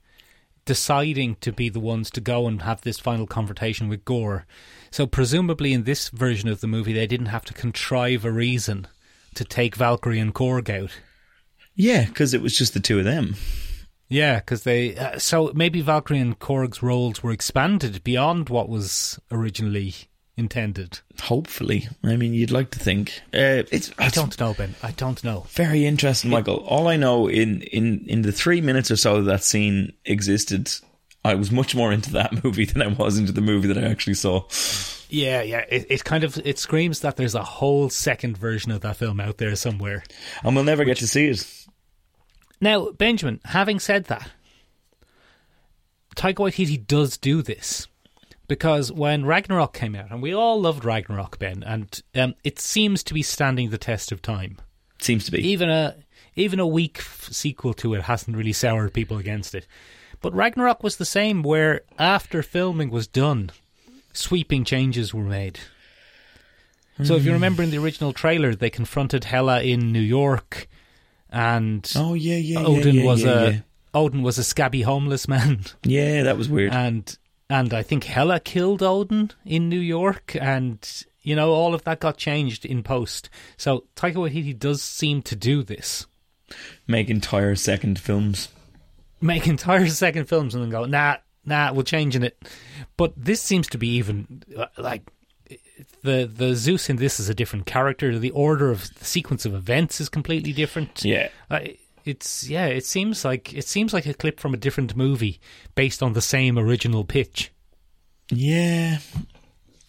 S6: deciding to be the ones to go and have this final confrontation with gore so presumably in this version of the movie they didn't have to contrive a reason to take valkyrie and korg out
S2: yeah because it was just the two of them
S6: Yeah, because they. Uh, so maybe Valkyrie and Korg's roles were expanded beyond what was originally intended.
S2: hopefully i mean you'd like to think uh, it's
S6: I don't know, Ben. I don't know.
S2: Very interesting, Michael. All I know in, in, in the three minutes or so that scene existed, I was much more into that [LAUGHS] movie than I was into the movie that I actually saw.
S6: Yeah, yeah. It, it kind of it screams that there's a whole second version of that film out there somewhere.
S2: And we'll never get to see it.
S6: Now, Benjamin, having said that, Taika Waititi does do this because when Ragnarok came out, and we all loved Ragnarok, Ben, and um, it seems to be standing the test of time.
S2: Seems to be.
S6: even a even a weak f- sequel to it hasn't really soured people against it. But Ragnarok was the same, where after filming was done, sweeping changes were made. So
S2: Mm.
S6: if you remember in the original trailer, they confronted Hela in New York, and
S2: oh yeah, yeah. yeah,
S6: Odin
S2: yeah,
S6: was
S2: yeah, [LAUGHS]
S6: a Odin was a scabby homeless man,
S2: uh, yeah. yeah. That was weird.
S6: and and I think Hela killed Odin in New York, and you know all of that got changed in post. So Taika Waititi does seem to do this,
S2: Make entire second films.
S6: make entire [LAUGHS] second films and then go, nah, nah, we're changing it. But this seems to be even uh, like the the Zeus in this is a different character. The order of the sequence of events is completely different.
S2: Yeah.
S6: I- it's yeah. It seems like it seems like a clip from a different movie based on the same original pitch.
S2: Yeah.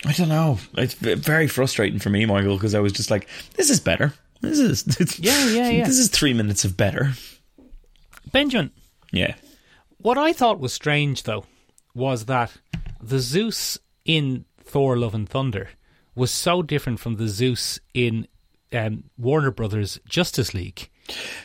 S2: I don't know. It's v- very frustrating for me, Michael, because I was just like, this is better. This is [LAUGHS]
S6: Yeah, yeah, yeah.
S2: This is three minutes of better.
S6: Benjamin,
S2: Yeah.
S6: what I thought was strange though was that the Zeus in Thor: Love and Thunder was so different from the Zeus in um, Warner Brothers Justice League.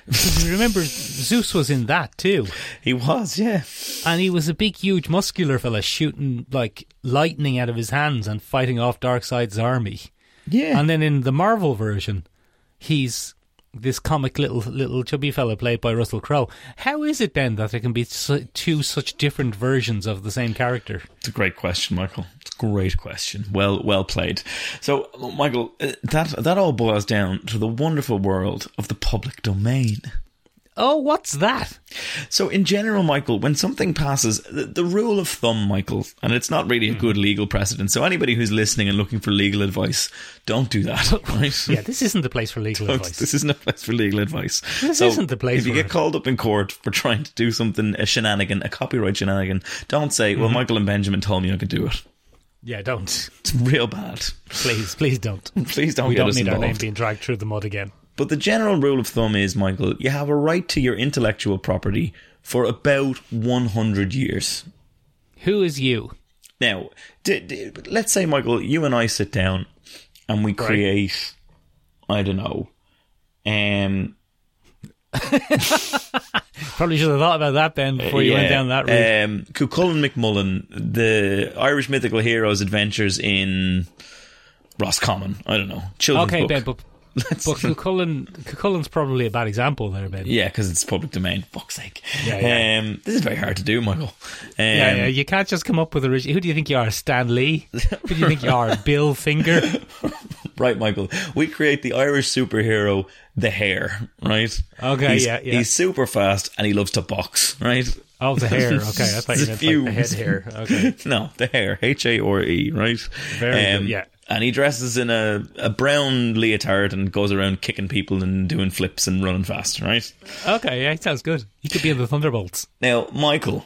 S6: Because you remember, Zeus was in that too,
S2: He was, yeah.
S6: and he was a big, huge, muscular fella shooting like lightning out of his hands and fighting off Darkseid's army.
S2: Yeah.
S6: And then in the Marvel version, he's this comic little little chubby fella played by Russell Crowe. How is it then that there can be su- two such different versions of the same character?
S2: It's a great question, Michael. It's a great question. Well, well played. So, Michael, uh, that that all boils down to the wonderful world of the public domain.
S6: Oh, what's that?
S2: So, in general, Michael, when something passes, the, the rule of thumb, Michael, and it's not really a
S6: Mm-hmm.
S2: good legal precedent. So, anybody who's listening and looking for legal advice, don't do that. [LAUGHS] Right?
S6: Yeah, this isn't the place for legal
S2: folks,
S6: advice.
S2: This isn't a place for legal advice.
S6: This isn't the place
S2: If you
S6: for
S2: get
S6: it.
S2: called up in court for trying to do something, a shenanigan, a copyright shenanigan, don't say,
S6: Mm-hmm.
S2: "Well, Michael and Benjamin told me I could do it." [LAUGHS]
S6: Yeah, don't.
S2: It's real bad. [LAUGHS]
S6: Please, please don't.
S2: Please don't
S6: We
S2: get
S6: don't
S2: us
S6: need our
S2: involved.
S6: name being dragged through the mud again.
S2: But the general rule of thumb is, Michael, you have a right to your intellectual property for about 100 years.
S6: Who is you?
S2: Now, d- d- let's say, Michael, you and I sit down and we create, I don't know, um,
S6: Probably should have thought about that, Ben, before you
S2: Uh, yeah,
S6: went down that route.
S2: Um, Cuchulainn McMullen, the Irish mythical hero's adventures in Roscommon. I don't know. Children's
S6: okay,
S2: book.
S6: Ben,
S2: [LAUGHS]
S6: but, but Cuchulainn, Cuchulainn's probably a bad example there, Ben.
S2: yeah, because it's public domain. Fuck's sake.
S6: Yeah, yeah.
S2: Um, this is very hard to do, Michael. Um,
S6: Yeah, yeah, you can't just come up with a rich. Who do you think you are, Stan Lee? Who do you think you
S2: [LAUGHS]
S6: are, Bill Finger?
S2: Right, Michael. We create the Irish superhero, the Hare, right?
S6: Okay,
S2: he's,
S6: yeah, yeah.
S2: He's super fast and he loves to box, right?
S6: Oh, the hair. Okay, I thought you meant like, the head
S2: Fumes.
S6: [LAUGHS] hair. Okay,
S2: No, the Hare, H A R E, right? Um,
S6: Very good, yeah.
S2: And he dresses in a, a brown leotard and goes around kicking people and doing flips and running fast, right?
S6: okay, yeah, sounds good. He could be in the Thunderbolts.
S2: Now, Michael.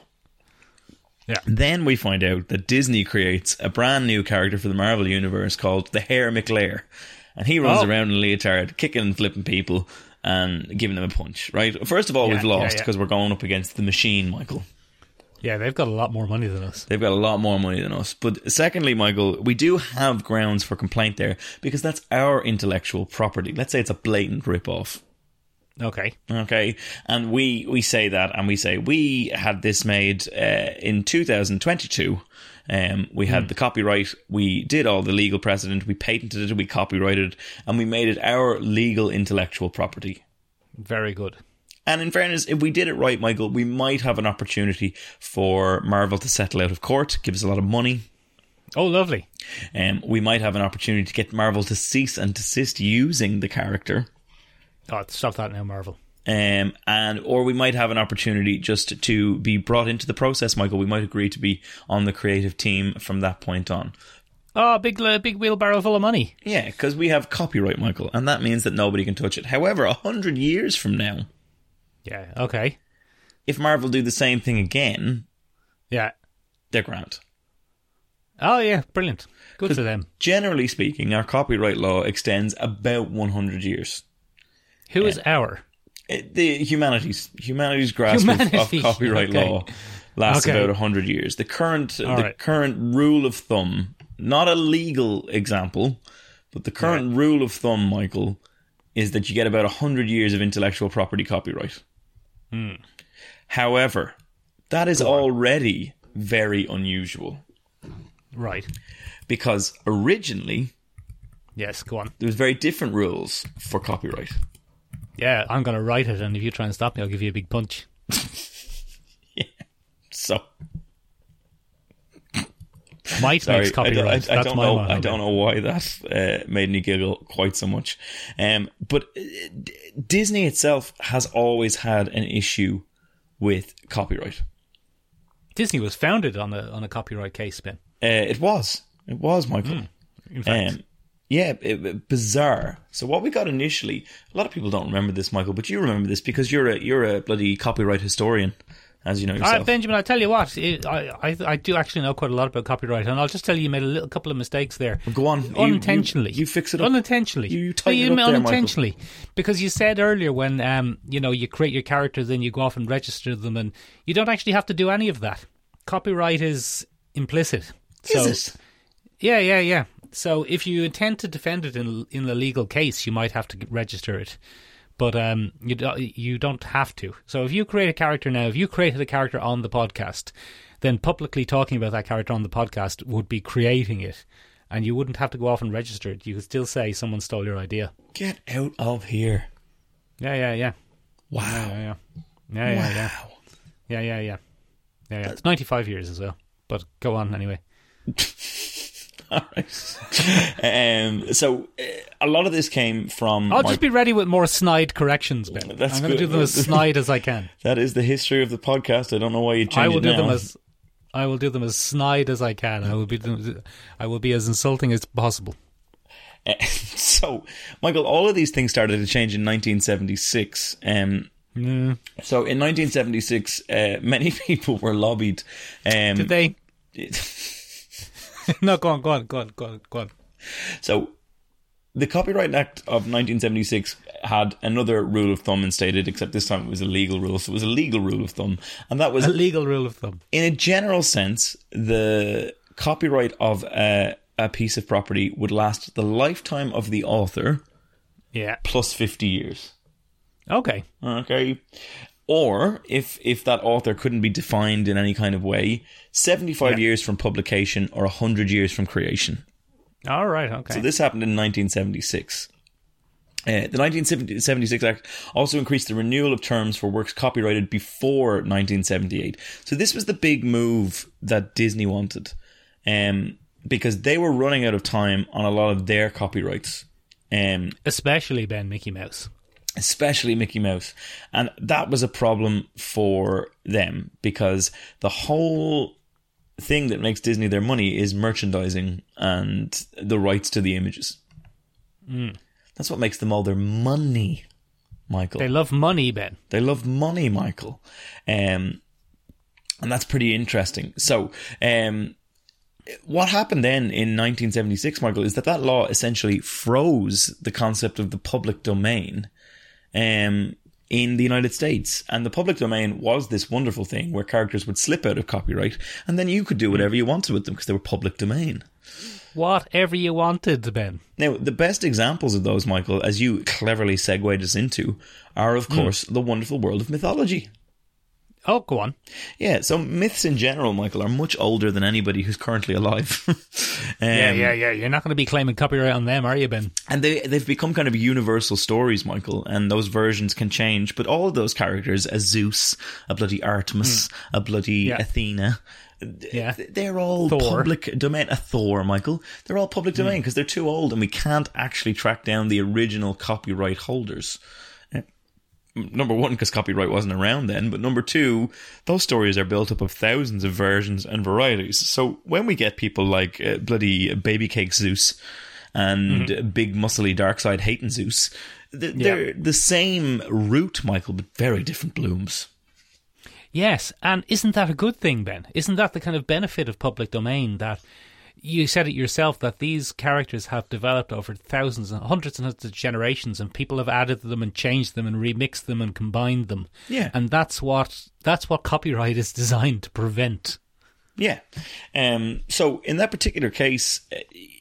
S6: Yeah.
S2: Then we find out that Disney creates a brand new character for the Marvel Universe called the Hare McLair. And he runs
S6: Oh.
S2: around in a leotard, kicking and flipping people and giving them a punch, right? First of all,
S6: Yeah,
S2: we've
S6: yeah,
S2: lost
S6: yeah.
S2: because we're going up against the machine, Michael.
S6: Yeah, they've got a lot more money than us.
S2: They've got a lot more money than us. But secondly, Michael, we do have grounds for complaint there because that's our intellectual property. Let's say it's a blatant rip-off.
S6: Okay,
S2: Okay, and we we say that, and we say we had this made uh, in 2022. Um, we had the copyright, we did all the legal precedent, we patented it, we copyrighted, it, and we made it our legal intellectual property.
S6: very good.
S2: And in fairness, if we did it right, Michael, we might have an opportunity for Marvel to settle out of court, give us a lot of money.
S6: Oh, lovely.
S2: Um, we might have an opportunity to get Marvel to cease and desist using the character.
S6: Oh, stop that now, Marvel.
S2: um, and or we might have an opportunity just to be brought into the process, Michael. We might agree to be on the creative team from that point on.
S6: Oh, big uh, big wheelbarrow full of money.
S2: Yeah, because we have copyright, Michael, and that means that nobody can touch it. However, a hundred years from now,
S6: Yeah. Okay.
S2: if Marvel do the same thing again,
S6: Yeah.
S2: they're grand.
S6: Oh, yeah. Brilliant. Good for them.
S2: Generally speaking, our copyright law extends about one hundred years.
S6: Who is our?
S2: It- the humanities humanities grasp of-
S6: Humanities,
S2: of copyright
S6: okay.
S2: law lasts
S6: Okay.
S2: about about hundred years. The current the
S6: right.
S2: current rule of thumb, not a legal example, but the current rule of thumb, Michael, is that you get about hundred years of intellectual property copyright.
S6: Hmm.
S2: However, that is already very unusual
S6: Right.
S2: because originally
S6: Yes. Go on.
S2: there was very different rules for copyright.
S6: Yeah, I'm gonna write it, and if you try and stop me, I'll give you a big punch.
S2: So
S6: Might
S2: Sorry,
S6: makes
S2: I don't-
S6: copyright.
S2: I, I
S6: That's
S2: don't
S6: my
S2: know.
S6: motto.
S2: I don't know why that uh, made me giggle quite so much. Um, but uh, D- Disney itself has always had an issue with copyright.
S6: Disney was founded on a on a copyright case spin.
S2: Uh, it was, it was Michael.
S6: In fact,
S2: Um, yeah, it- it- bizarre. So what we got initially, a lot of people don't remember this, Michael, but you remember this because you're a you're a bloody copyright historian, as you know
S6: All
S2: yourself.
S6: right, Benjamin, I'll tell you what, it, I, I I do actually know quite a lot about copyright, and I'll just tell you you made a little couple of mistakes there.
S2: Go on, You- you-
S6: unintentionally.
S2: You, fix it up.
S6: Unintentionally.
S2: You- you
S6: No,
S2: tighten it up there, Michael.
S6: unintentionally. Because you said earlier when um, you know, you create your characters and you go off and register them and you don't actually have to do any of that. Copyright is implicit. so
S2: Is it?
S6: Yeah, yeah, yeah. So if you intend to defend it in in a legal case, you might have to register it, but um, you do, you don't have to. So if you create a character now, if you created a character on the podcast, then publicly talking about that character on the podcast would be creating it, and you wouldn't have to go off and register it. You could still say someone stole your idea.
S2: Get out of here!
S6: Yeah, yeah, yeah,
S2: Wow.
S6: yeah, yeah, yeah, yeah, yeah, yeah, yeah, yeah. yeah. It's ninety five years as well. But go on anyway.
S2: All right. [LAUGHS] um, so uh, a lot of this came from.
S6: I'll
S2: my-
S6: just be ready with more snide corrections, Ben.
S2: That's
S6: I'm going to
S2: good.
S6: do them [LAUGHS] as snide as I can.
S2: that is the history of the podcast. I don't know why you changed
S6: I will
S2: it
S6: do
S2: now.
S6: them as I will do them as snide as I can. I will be them, I will be as insulting as possible.
S2: Uh, [LAUGHS] so, Michael, all of these things started to change in 1976. Um, So, in 1976, uh, many [LAUGHS] people were lobbied. Um,
S6: Did they? [LAUGHS] no, go on, go on, go on, go on, go on.
S2: [LAUGHS] So, the Copyright Act of 1976 had another rule of thumb instated, except this time it was a legal rule. So, it was a legal rule of thumb. And that was
S6: A legal rule of thumb.
S2: in a general sense, the copyright of a, a piece of property would last the lifetime of the author
S6: Yeah.
S2: plus 50 years.
S6: Okay.
S2: Okay. Or if if that author couldn't be defined in any kind of way, 75 years from publication or 100 years from creation.
S6: All right. Okay.
S2: So this happened in 1976. Uh, the 1976 Act also increased the renewal of terms for works copyrighted before 1978. So this was the big move that Disney wanted, um, because they were running out of time on a lot of their copyrights, um,
S6: Especially Ben Mickey Mouse.
S2: especially Mickey Mouse, and that was a problem for them because the whole thing that makes Disney their money is merchandising and the rights to the images. That's what makes them all their money, Michael.
S6: They love money, Ben.
S2: They love money, Michael. Um, and that's pretty interesting. So, um, what happened then in 1976, Michael, is that that law essentially froze the concept of the public domain um, in the United States. And the public domain was this wonderful thing where characters would slip out of copyright and then you could do whatever you wanted with them because they were public domain.
S6: Whatever you wanted, Ben.
S2: Now, the best examples of those, Michael, as you cleverly segued us into, are, of course, the wonderful world of mythology.
S6: Oh, go on.
S2: Yeah, so myths in general, Michael, are much older than anybody who's currently alive. [LAUGHS] um,
S6: Yeah, yeah, yeah. You're not going to be claiming copyright on them, are you, Ben?
S2: And they they've become kind of universal stories, Michael, and those versions can change. But all of those characters, a Zeus, a bloody Artemis, a bloody
S6: Hmm. Yeah.
S2: Athena,
S6: Yeah.
S2: they're all
S6: Thor.
S2: public domain. A Thor, Michael, they're all public domain because they're too old, and we can't actually track down the original copyright holders. Uh, m- Number one, because copyright wasn't around then, but number two, those stories are built up of thousands of versions and varieties. So when we get people like uh, bloody Baby Cake Zeus and uh big muscly dark side hating Zeus. Th- They're the same root, Michael, but very different blooms.
S6: Yes, and isn't that a good thing, Ben? Isn't that the kind of benefit of public domain that you said it yourself that these characters have developed over thousands and hundreds and hundreds of generations, and people have added them and changed them and remixed them and combined them.
S2: Yeah.
S6: and that's what that's what copyright is designed to prevent.
S2: Yeah. Um, so in that particular case, uh,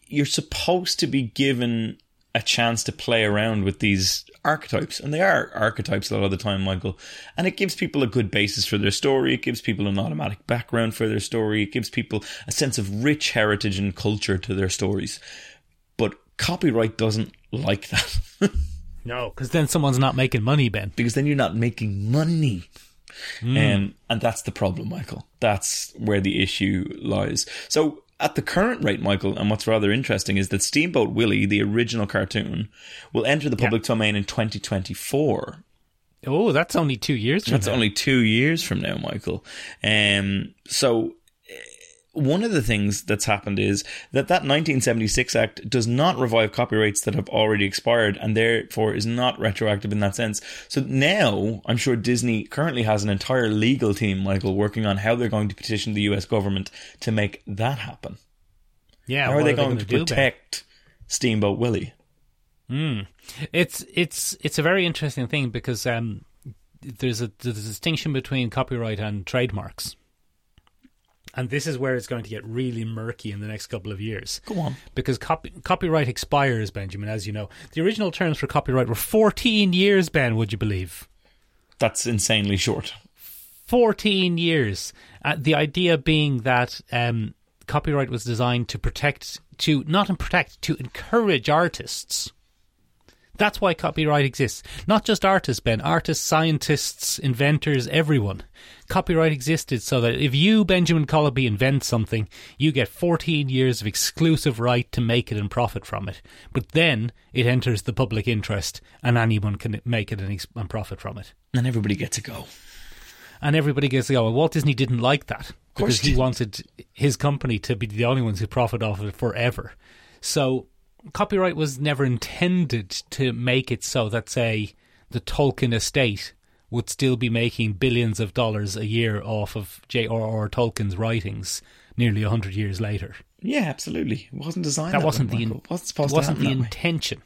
S2: you're supposed to be given a chance to play around with these archetypes, and they are archetypes a lot of the time, Michael. And it gives people a good basis for their story. It gives people an automatic background for their story. It gives people a sense of rich heritage and culture to their stories. But copyright doesn't like that. [LAUGHS]
S6: No, because then someone's not making money, Ben.
S2: because then you're not making money. Um, and that's the problem, Michael. That's where the issue lies. So At the current rate, Michael, and what's rather interesting is that Steamboat Willie, the original cartoon, will enter the public domain in 2024.
S6: Oh, that's only two years. From
S2: That's
S6: now.
S2: only two years from now, Michael. Um, so eh, one of the things that's happened is that that 1976 Act does not revive copyrights that have already expired, and therefore is not retroactive in that sense. So now, I'm sure Disney currently has an entire legal team, Michael, working on how they're going to petition the U.S. government to make that happen.
S6: yeah.
S2: How are
S6: what
S2: they going to
S6: do about it?
S2: protect Steamboat Willie?
S6: It's it's it's a very interesting thing because um, there's a there's a distinction between copyright and trademarks, and this is where it's going to get really murky in the next couple of years.
S2: Go on.
S6: Because copy, copyright expires, Benjamin, as you know. The original terms for copyright were 14 years, Ben, would you believe?
S2: That's insanely short.
S6: 14 years. Uh, the idea being that um, copyright was designed to protect, to not en- protect, to encourage artists. That's why copyright exists. Not just artists, Ben, artists, scientists, inventors, everyone. Copyright existed so that if you, Benjamin Colby, invent something, you get 14 years of exclusive right to make it and profit from it. But then it enters the public interest and anyone can make it and, ex- and profit from it
S2: And everybody gets a go.
S6: and everybody gets to go. Well, Walt Disney didn't like that
S2: course
S6: because
S2: he
S6: he
S2: didn't.
S6: wanted his company to be the only ones who profit off of it forever. So copyright was never intended to make it so that, say, the Tolkien estate would still be making billions of dollars a year off of J.R.R. Tolkien's writings nearly 100 years later
S2: Yeah, absolutely. It wasn't designed.
S6: that,
S2: way,
S6: wasn't the
S2: Michael.
S6: in-
S2: It wasn't supposed
S6: it
S2: to
S6: wasn't
S2: happen
S6: the
S2: that way.
S6: intention.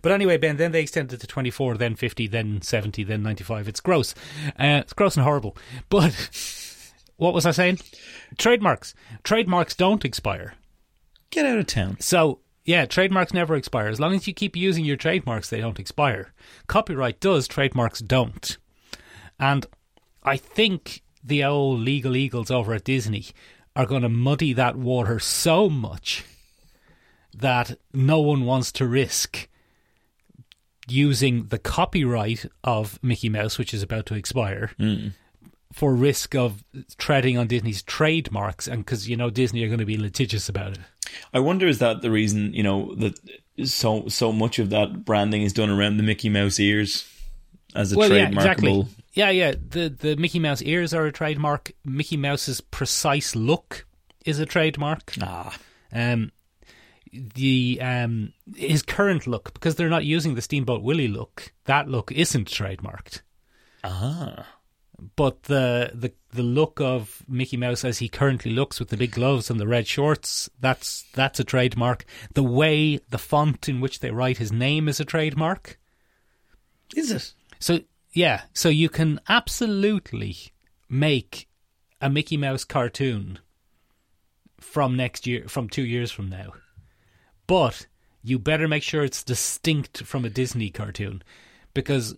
S6: But anyway, Ben, then they extended it to 24, then 50, then 70, then 95. It's gross. Uh, it's gross and horrible. [LAUGHS] But what was I saying? Trademarks. Trademarks don't expire.
S2: Get out of town.
S6: So, yeah, trademarks never expire. As long as you keep using your trademarks, they don't expire. Copyright does, trademarks don't. And I think the old legal eagles over at Disney are going to muddy that water so much that no one wants to risk using the copyright of Mickey Mouse, which is about to expire, for risk of treading on Disney's trademarks. And because, you know, Disney are going to be litigious about it.
S2: I wonder is that the reason you know that so so much of that branding is done around the Mickey Mouse ears as a trademarkable.
S6: Yeah, yeah. The the Mickey Mouse ears are a trademark. Mickey Mouse's precise look is a trademark.
S2: Ah,
S6: Um, the um his current look because they're not using the Steamboat Willie look. That look isn't trademarked.
S2: ah.
S6: But the, the the look of Mickey Mouse as he currently looks with the big gloves and the red shorts, that's that's a trademark. The way the font in which they write his name is a trademark.
S2: Is it?
S6: So yeah, so you can absolutely make a Mickey Mouse cartoon from next year, from two years from now, but you better make sure it's distinct from a Disney cartoon, because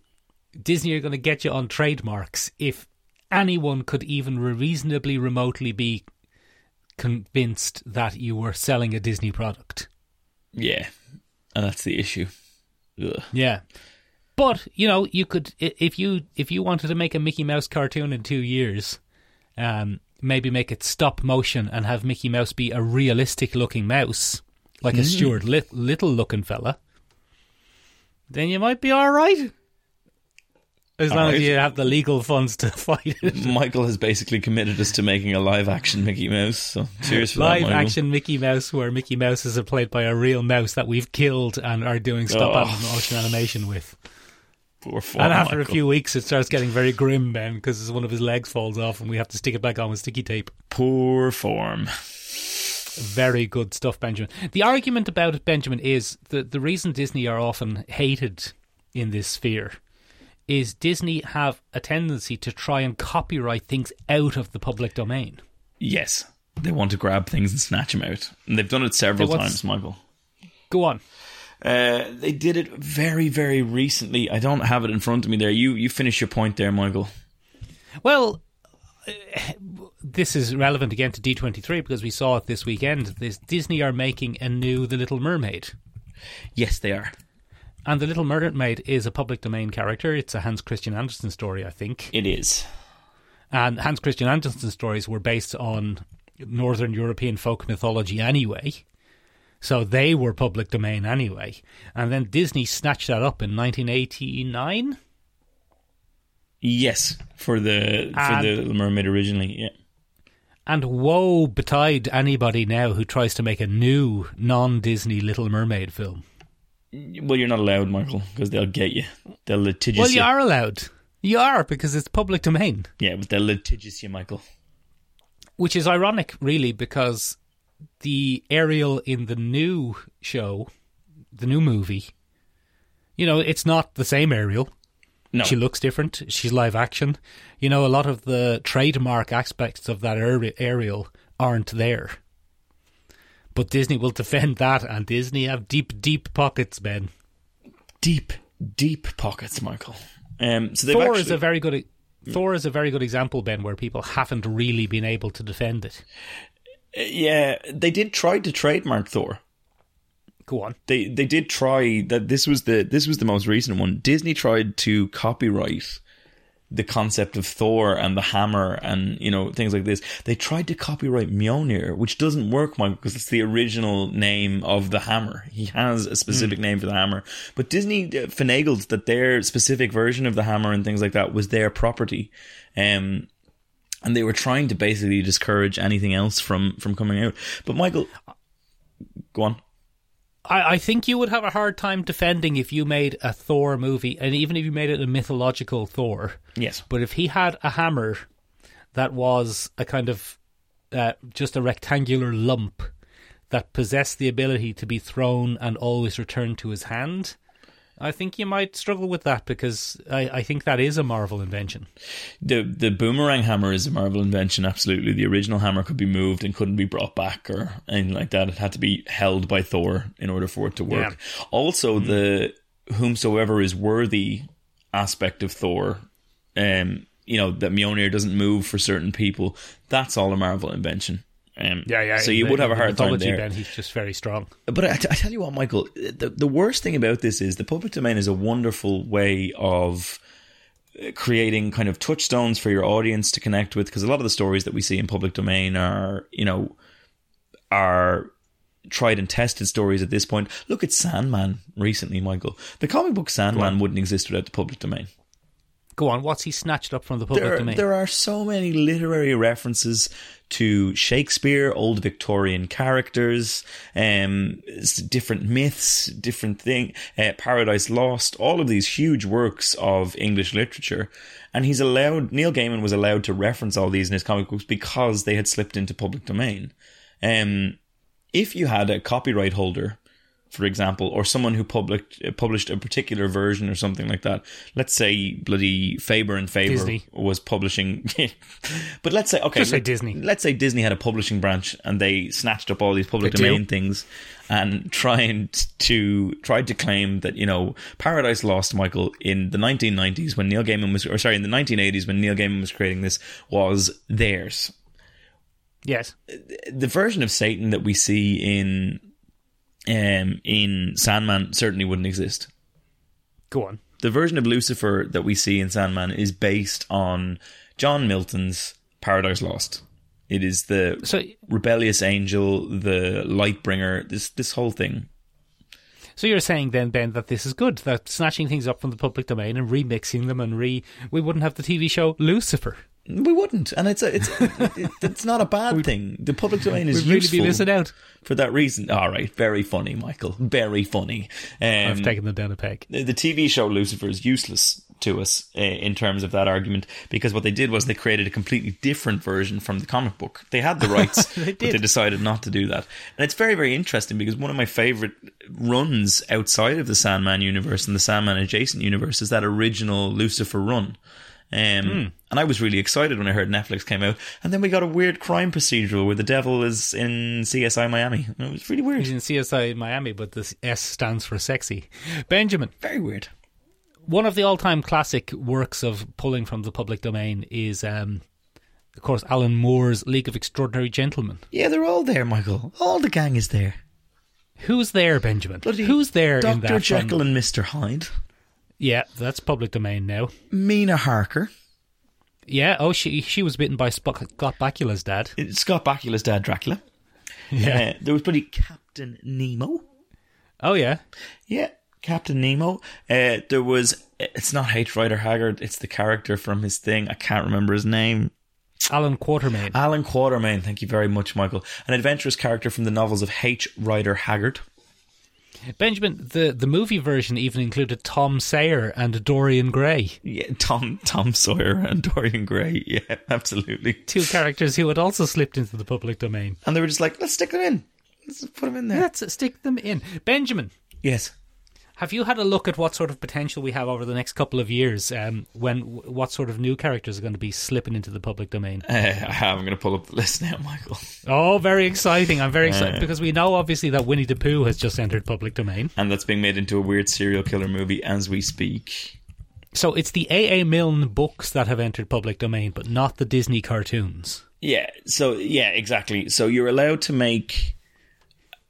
S6: Disney are going to get you on trademarks if anyone could even reasonably remotely be convinced that you were selling a Disney product.
S2: Yeah, and that's the issue. Ugh.
S6: Yeah. But you know, you could i- if you if you wanted to make a Mickey Mouse cartoon in two years, um, maybe make it stop motion and have Mickey Mouse be a realistic looking mouse, like
S2: Mm-hmm.
S6: a Stuart Lit- Little looking fella. Then you might be all right, as
S2: All
S6: long
S2: right.
S6: as you have the legal funds to [LAUGHS] fight it.
S2: Michael has basically committed us to making a live action Mickey Mouse. So cheers for
S6: Live
S2: that, Michael.
S6: action Mickey Mouse, where Mickey Mouse is played by a real mouse that we've killed and are doing stop
S2: Oh.
S6: anim- motion animation with.
S2: Poor form,
S6: And after
S2: Michael.
S6: a few weeks, it starts getting very grim, Ben, because one of his legs falls off, and we have to stick it back on with sticky tape.
S2: poor form.
S6: Very good stuff, Benjamin. The argument about it, Benjamin, is that the reason Disney are often hated in this sphere is Disney have a tendency to try and copyright things out of the public domain.
S2: Yes, they want to grab things and snatch them out, and they've done it several
S6: They want-
S2: times, Michael.
S6: Go on.
S2: Uh, they did it very, very recently. I don't have it in front of me there. You you finish your point there, Michael.
S6: Well, uh, this is relevant again to D23 because we saw it this weekend. This Disney are making a new The Little Mermaid.
S2: Yes, they are.
S6: And The Little Mermaid is a public domain character. It's a Hans Christian Andersen story, I think.
S2: It is.
S6: And Hans Christian Andersen stories were based on Northern European folk mythology anyway. So they were public domain anyway. And then Disney snatched that up in 1989.
S2: Yes, for the for
S6: And-
S2: the Little Mermaid originally. Yeah.
S6: And woe betide anybody now who tries to make a new non Disney Little Mermaid film.
S2: Well, you're not allowed, Michael, because they'll get you. They'll litigious
S6: well,
S2: you.
S6: you are allowed. You are, because it's public domain.
S2: Yeah, but they'll litigious you, Michael.
S6: Which is ironic, really, because the Ariel in the new show, the new movie, you know, it's not the same Ariel.
S2: No.
S6: She looks different. She's live action. You know, a lot of the trademark aspects of that Ari- Ariel aren't there. But Disney will defend that, and Disney have deep, deep pockets, Ben.
S2: deep, deep pockets, Michael. Um, so they've
S6: Thor
S2: actually, Hmm.
S6: is a very good. e- Thor is a very good example, Ben, where people haven't really been able to defend it.
S2: Uh, yeah, they did try to trademark Thor.
S6: Go on.
S2: They they did try that. This was the this was the most recent one. Disney tried to copyright the concept of Thor and the hammer and you know things like this. They tried to copyright Mjolnir, which doesn't work, Michael, because it's the original name of the hammer. He has a specific name for the hammer, but Disney uh, finagled that their specific version of the hammer and things like that was their property. Um, and they were trying to basically discourage anything else from from coming out. But Michael, go on.
S6: I, I think you would have a hard time defending if you made a Thor movie, and even if you made it a mythological Thor.
S2: Yes.
S6: But if he had a hammer that was a kind of uh, just a rectangular lump that possessed the ability to be thrown and always returned to his hand, I think you might struggle with that because I, I think that is a Marvel invention.
S2: the the boomerang hammer is a Marvel invention. Absolutely, the original hammer could be moved and couldn't be brought back or anything like that. It had to be held by Thor in order for it to work. Also,
S6: Hmm.
S2: the whomsoever is worthy aspect of Thor, um, you know that Mjolnir doesn't move for certain people. That's all a Marvel invention. Um, So you
S6: in
S2: would
S6: the-
S2: have a
S6: in
S2: hard time
S6: mythology,
S2: there.
S6: Ben, he's just very strong.
S2: But I, I tell you what, Michael, the, the worst thing about this is the public domain is a wonderful way of uh, creating kind of touchstones for your audience to connect with because a lot of the stories that we see in public domain are, you know, are tried and tested stories at this point. Look at Sandman recently, Michael. The comic book Sandman wouldn't exist without the public domain
S6: Go on, what's he snatched up from the public
S2: there,
S6: domain?
S2: there are so many literary references to Shakespeare, old Victorian characters, um, s- different myths, different thing, uh, Paradise Lost, all of these huge works of English literature. And he's allowed, Neil Gaiman was allowed to reference all these in his comic books because they had slipped into public domain. Um, if you had a copyright holder, for example, or someone who published published a particular version or something like that. Let's say bloody Faber and Faber
S6: Disney.
S2: was publishing, [LAUGHS] but let's say okay,
S6: Just say
S2: let-
S6: Disney.
S2: Let's say Disney had a publishing branch and they snatched up all these public
S6: They do.
S2: domain things and trying to tried to claim that you know Paradise Lost, Michael, in the 1990s when Neil Gaiman was, or sorry, in the 1980s when Neil Gaiman was creating this was theirs
S6: yes.
S2: the version of Satan that we see in um, in Sandman certainly wouldn't exist.
S6: Go on.
S2: The version of Lucifer that we see in Sandman is based on John Milton's Paradise Lost. It is the
S6: So
S2: rebellious angel, the light bringer, this this whole thing.
S6: So you're saying then, Ben, that this is good, that snatching things up from the public domain and remixing them and re we wouldn't have the TV show Lucifer.
S2: We wouldn't, and it's a, it's it, it's not a bad thing. The public domain is
S6: We'd really
S2: useful
S6: be missing out.
S2: for that reason. All right, very funny, Michael. Very funny. Um,
S6: I've taken them down a peg.
S2: the the TV show Lucifer is useless to us uh, in terms of that argument because what they did was they created a completely different version from the comic book. They had the [LAUGHS] rights, but they
S6: did.
S2: decided not to do that. And it's very, very interesting because one of my favorite runs outside of the Sandman universe and the Sandman adjacent universe is that original Lucifer run. Um, And I was really excited when I heard Netflix came out, and then we got a weird crime procedural where the devil is in CSI Miami. And it was really weird,
S6: He's in CSI in Miami, but this S stands for sexy. Benjamin,
S2: very weird.
S6: one of the all time classic works of pulling from the public domain is um of course Alan Moore's League of Extraordinary Gentlemen.
S2: Yeah, they're all there, Michael. All the gang is there.
S6: Who's there, Benjamin?
S2: Bloody
S6: Who's there
S2: Dr.
S6: in that?
S2: Jekyll
S6: one?
S2: and Mr. Hyde.
S6: Yeah, that's public domain now.
S2: Mina Harker.
S6: Yeah. Oh, she she was bitten by Sp- Scott Bakula's dad.
S2: It's Scott Bakula's dad, Dracula. Yeah. there was bloody Captain Nemo.
S6: Oh yeah.
S2: Yeah, Captain Nemo. Uh, there was. It's not H. Rider Haggard. It's the character from his thing. I can't remember his name.
S6: Alan Quatermain.
S2: Alan Quatermain. Thank you very much, Michael. An adventurous character from the novels of H. Rider Haggard.
S6: Benjamin, the, the movie version even included Tom Sayer and Dorian Gray,
S2: Yeah, Tom Tom Sawyer and [LAUGHS] Dorian Gray. Yeah, [LAUGHS] absolutely.
S6: two characters who had also slipped into the public domain.
S2: And they were just like, let's stick them in. Let's put them in there.
S6: Let's stick them in. Benjamin,
S2: Yes.
S6: Have you had a look at what sort of potential we have over the next couple of years? Um, when what sort of new characters are going to be slipping into the public domain?
S2: Uh, I have. I'm going to pull up the list now, [LAUGHS] Michael.
S6: Oh, very exciting! I'm very excited because we know obviously that Winnie the Pooh has just entered public domain.
S2: And that's being made into a weird serial killer movie as we speak.
S6: So it's the A.A. Milne books that have entered public domain, but not the Disney cartoons.
S2: Yeah. So yeah, exactly. So you're allowed to make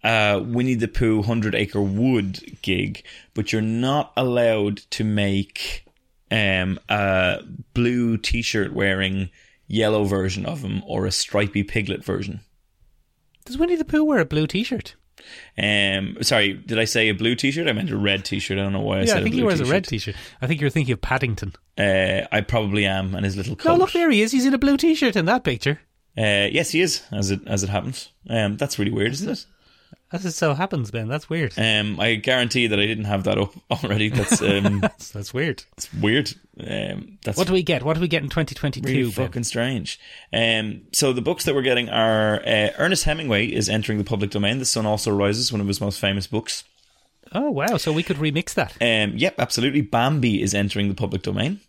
S2: uh Winnie the Pooh Hundred Acre Wood gig, but you're not allowed to make um a blue T-shirt wearing yellow version of him or a stripy piglet version.
S6: Does Winnie the Pooh wear a blue T-shirt?
S2: Um, sorry, did I say a blue T-shirt? I meant a red T-shirt. I don't know why I
S6: yeah,
S2: said.
S6: I think
S2: a
S6: he
S2: blue
S6: wears a red T-shirt. I think you're thinking of Paddington.
S2: Uh, I probably am, and his little coat.
S6: No, look there he is. He's in a blue T-shirt in that picture.
S2: Uh, yes, he is. As it as it happens, um, that's really weird, isn't it?
S6: As it so happens, Ben. That's weird.
S2: Um, I guarantee that I didn't have that up [LAUGHS] already. That's
S6: [LAUGHS]
S2: um,
S6: That's, that's weird.
S2: that's weird. Um, that's
S6: What do we get? What do we get in 2022?
S2: really
S6: Ben?
S2: fucking strange. Um, so the books that we're getting are uh, Ernest Hemingway is entering the public domain. The Sun Also Rises, one of his most famous books.
S6: Oh wow! So we could remix that.
S2: Um, yep, absolutely. Bambi is entering the public domain.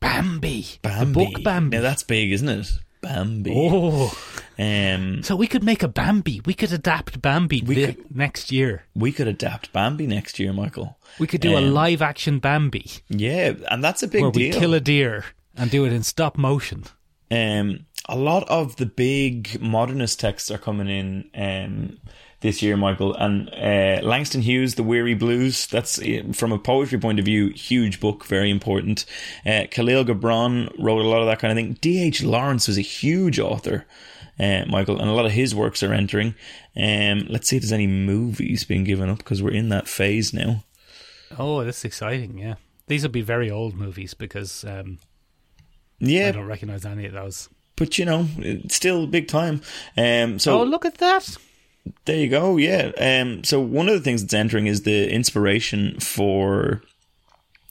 S6: Bambi,
S2: Bambi.
S6: the book Bambi.
S2: Now that's big, isn't it? Bambi.
S6: oh,
S2: Um,
S6: so we could make a Bambi. We could adapt Bambi the- next year.
S2: we could adapt Bambi next year, Michael.
S6: We could do a
S2: Um,
S6: live action Bambi
S2: Yeah, and that's a big
S6: where we
S2: deal.
S6: kill a deer and do it in stop motion.
S2: um, a lot of the big modernist texts are coming in um, this year, Michael. And uh, Langston Hughes, The Weary Blues, that's uh, from a poetry point of view, huge book, very important. Uh, Khalil Gibran wrote a lot of that kind of thing. D.H. Lawrence was a huge author. Uh, Michael and a lot of his works are entering. Um, let's see if there's any movies being given up because we're in that phase now.
S6: Oh, this is exciting! Yeah, these will be very old movies because um, I
S2: Yeah,
S6: don't recognize any of those.
S2: but you know, it's still big time. Um, so
S6: Oh, look at that!
S2: There you go. Yeah. Um. So one of the things that's entering is the inspiration for,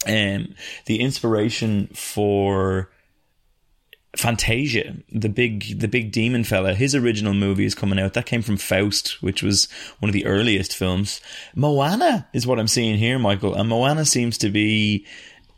S2: um, the inspiration for Fantasia, the big the big demon fella. His original movie is coming out. That came from Faust, which was one of the earliest films. Moana is what I'm seeing here, Michael, and Moana seems to be.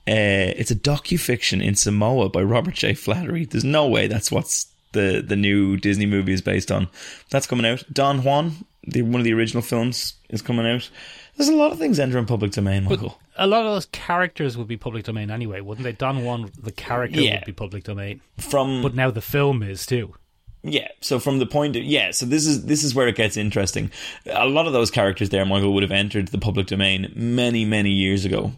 S2: Uh, it's a docufiction in Samoa by Robert J. Flattery. There's no way that's what's the the new Disney movie is based on. That's coming out. Don Juan, the one of the original films, is coming out. There's a lot of things entering public domain, Michael.
S6: A lot of those characters would be public domain anyway, wouldn't they? Don Juan, the character,
S2: Yeah.
S6: would be public domain,
S2: from
S6: but now the film is too.
S2: Yeah. So from the point of yeah, so this is this is where it gets interesting. A lot of those characters there, Michael, would have entered the public domain many, many years ago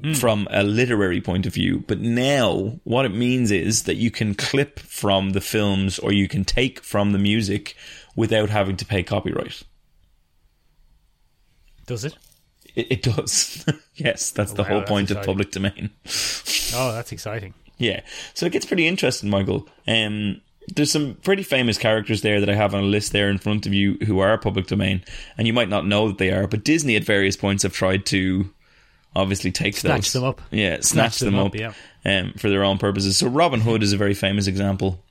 S6: Hmm.
S2: from a literary point of view. But now what it means is that you can clip from the films or you can take from the music without having to pay copyright.
S6: Does it?
S2: It, it does. [LAUGHS] yes, that's the
S6: Oh, Wow,
S2: whole
S6: that's
S2: point of
S6: exciting.
S2: public domain.
S6: Oh, that's exciting.
S2: Yeah. So it gets pretty interesting, Michael. Um, there's some pretty famous characters there that I have on a list there in front of you who are public domain, and you might not know that they are, but Disney at various points have tried to obviously take
S6: Snatch
S2: those.
S6: them up.
S2: Yeah, snatch, them, up,
S6: yeah.
S2: um, for their own purposes. So Robin Hood is a very famous example.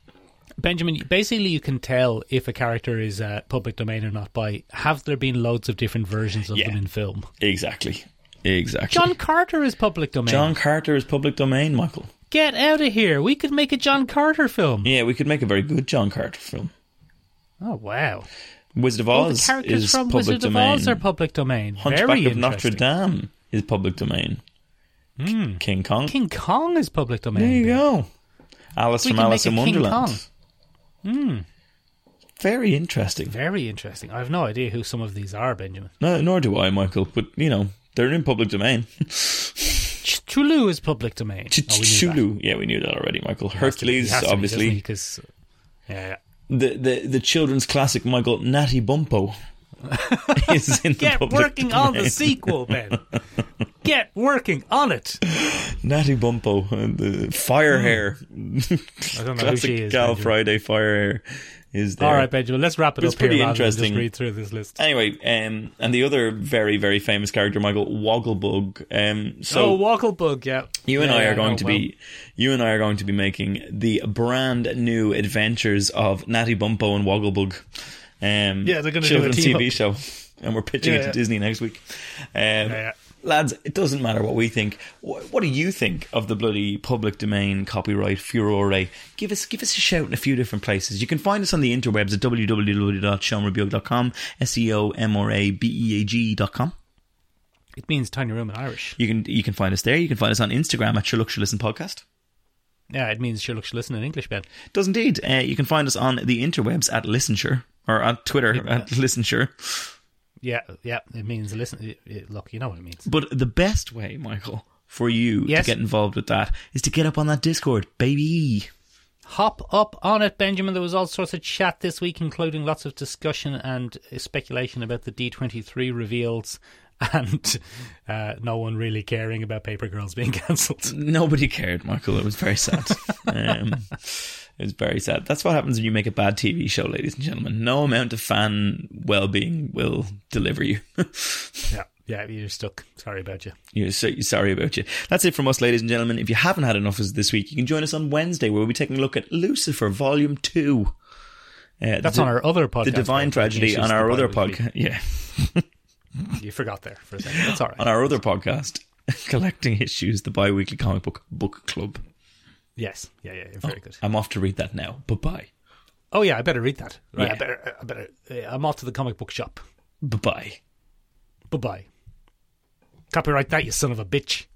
S6: Benjamin, basically, you can tell if a character is uh, public domain or not by have there been loads of different versions of
S2: Yeah.
S6: them in film.
S2: Exactly. Exactly.
S6: [LAUGHS] John Carter is public domain.
S2: John Carter is public domain, Michael.
S6: Get out of here! We could make a John Carter film.
S2: Yeah, we could make a very good John Carter film.
S6: Oh wow!
S2: Wizard of
S6: All the
S2: Oz
S6: characters
S2: is
S6: from
S2: public
S6: Wizard
S2: domain.
S6: of Oz are public domain. Very
S2: Hunchback of Notre
S6: interesting. Hmm.
S2: Dame is public domain. K- King Kong.
S6: King Kong is public domain.
S2: there you
S6: Ben.
S2: go. Alice
S6: We
S2: from
S6: can
S2: Alice
S6: make
S2: in
S6: a King
S2: Wonderland.
S6: Kong. Hmm.
S2: Very interesting.
S6: Very interesting. I have no idea who some of these are, Benjamin.
S2: No, nor do I, Michael. But you know, they're in public domain.
S6: Chulu is public domain.
S2: [LAUGHS] Ch-
S6: Oh, we knew that.
S2: Chulu. Yeah, we knew that already, Michael.
S6: He
S2: Hercules,
S6: has to be,
S2: obviously.
S6: doesn't he? 'Cause- yeah, yeah.
S2: the, the the children's classic, Michael, Natty
S6: [LAUGHS]
S2: Bumpo. is in the
S6: Get
S2: public
S6: working on the
S2: domain.
S6: sequel,
S2: [LAUGHS]
S6: Ben. Get working on it.
S2: Natty Bumpo and the Fire Hair. I
S6: Hmm. don't know who
S2: [LAUGHS] Classic
S6: she is,
S2: Gal
S6: Benjamin.
S2: Friday Fire Hair is there.
S6: All right, Benjamin, let's wrap it
S2: It's
S6: up here
S2: pretty
S6: rather than just
S2: interesting.
S6: read through this list.
S2: Anyway, um, and the other very very famous character, Michael Wogglebug. Um, so
S6: oh, Wogglebug, yeah.
S2: You and
S6: Yeah,
S2: I
S6: yeah,
S2: are going
S6: no,
S2: to
S6: well,
S2: be, you and I are going to be making the brand new adventures of Natty Bumpo and Wogglebug. Um,
S6: Yeah, they're gonna do a
S2: children's
S6: team
S2: TV show, and we're pitching
S6: Yeah,
S2: it to
S6: yeah.
S2: Disney next week. Um,
S6: yeah.
S2: Lads, it doesn't matter what we think. What, what do you think of the bloody public domain copyright furore? Give us give us a shout in a few different places. You can find us on the interwebs at www.seomrabeog.com, s e o m r a b e a g dot com.
S6: It means tiny room in Irish.
S2: You can you can find us there. You can find us on Instagram at Sure Look Sure Listen Podcast.
S6: Yeah, it means Sherlock should listen in English, Ben.
S2: does indeed. Uh, you can find us on the interwebs at Listensure or at Twitter at Listensure.
S6: Yeah, yeah, it means listen. It, it, look, you know what it means.
S2: But the best way, Michael, for you
S6: Yes.
S2: to get involved with that is to get up on that Discord, baby.
S6: Hop up on it, Benjamin. There was all sorts of chat this week, including lots of discussion and uh, speculation about the D23 reveals [LAUGHS] and uh, no one really caring about Paper Girls being [LAUGHS] cancelled.
S2: Nobody cared, Michael. It was very [LAUGHS] sad. um, it was very sad. That's what happens when you make a bad TV show, ladies and gentlemen. No amount of fan well-being will deliver you. [LAUGHS]
S6: Yeah, yeah, you're stuck. Sorry about you.
S2: you know, so, sorry about you. That's it from us, ladies and gentlemen. If you haven't had enough of us this week, you can join us on Wednesday, where we'll be taking a look at Lucifer Volume Two. Uh,
S6: That's
S2: the-
S6: on our other podcast.
S2: the divine
S6: Ben.
S2: tragedy
S6: It's
S2: on
S6: just
S2: our
S6: the
S2: other
S6: bi-weekly.
S2: podcast. [LAUGHS] Yeah,
S6: You forgot there for a second. That's all right.
S2: on our other podcast, [LAUGHS] collecting issues, the bi-weekly comic book book club.
S6: Yes. Yeah, yeah, you're very good.
S2: I'm off to read that now. Bye bye.
S6: Oh, yeah, I better read that. Right, I
S2: Yeah.
S6: better, I better, uh, I'm off to the comic book shop.
S2: Bye bye.
S6: Bye bye. Copyright that, you son of a bitch.